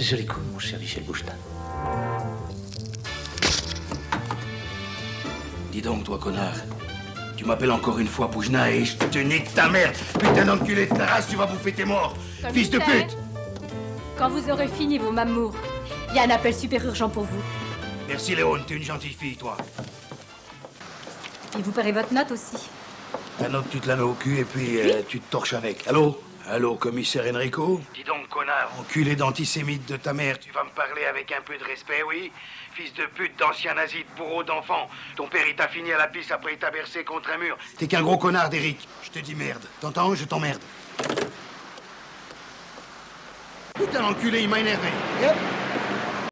Speaker 8: Je l'écoute, mon cher Michel Bouchetin. Dis donc, toi, connard. Tu m'appelles encore une fois Bouchna et je te nique ta mère. Putain d'enculé de ta race, tu vas bouffer tes morts. Fils de pute
Speaker 10: Quand vous aurez fini vos mamours, il y a un appel super urgent pour vous.
Speaker 8: Merci, Léon, t'es une gentille fille, toi.
Speaker 10: Et vous paierez votre note aussi.
Speaker 8: Ta note, tu te la mets au cul et puis euh, tu te torches avec. Allô Allô, commissaire Enrico Dis donc, connard. Enculé d'antisémite de ta mère, tu vas me parler avec un peu de respect, oui Fils de pute, d'ancien nazi, de bourreau d'enfant. Ton père, il t'a fini à la pisse après il t'a versé contre un mur. T'es qu'un gros connard, Derrick. Je te dis merde. T'entends Je t'emmerde. Putain, l'enculé, il m'a énervé. Yep.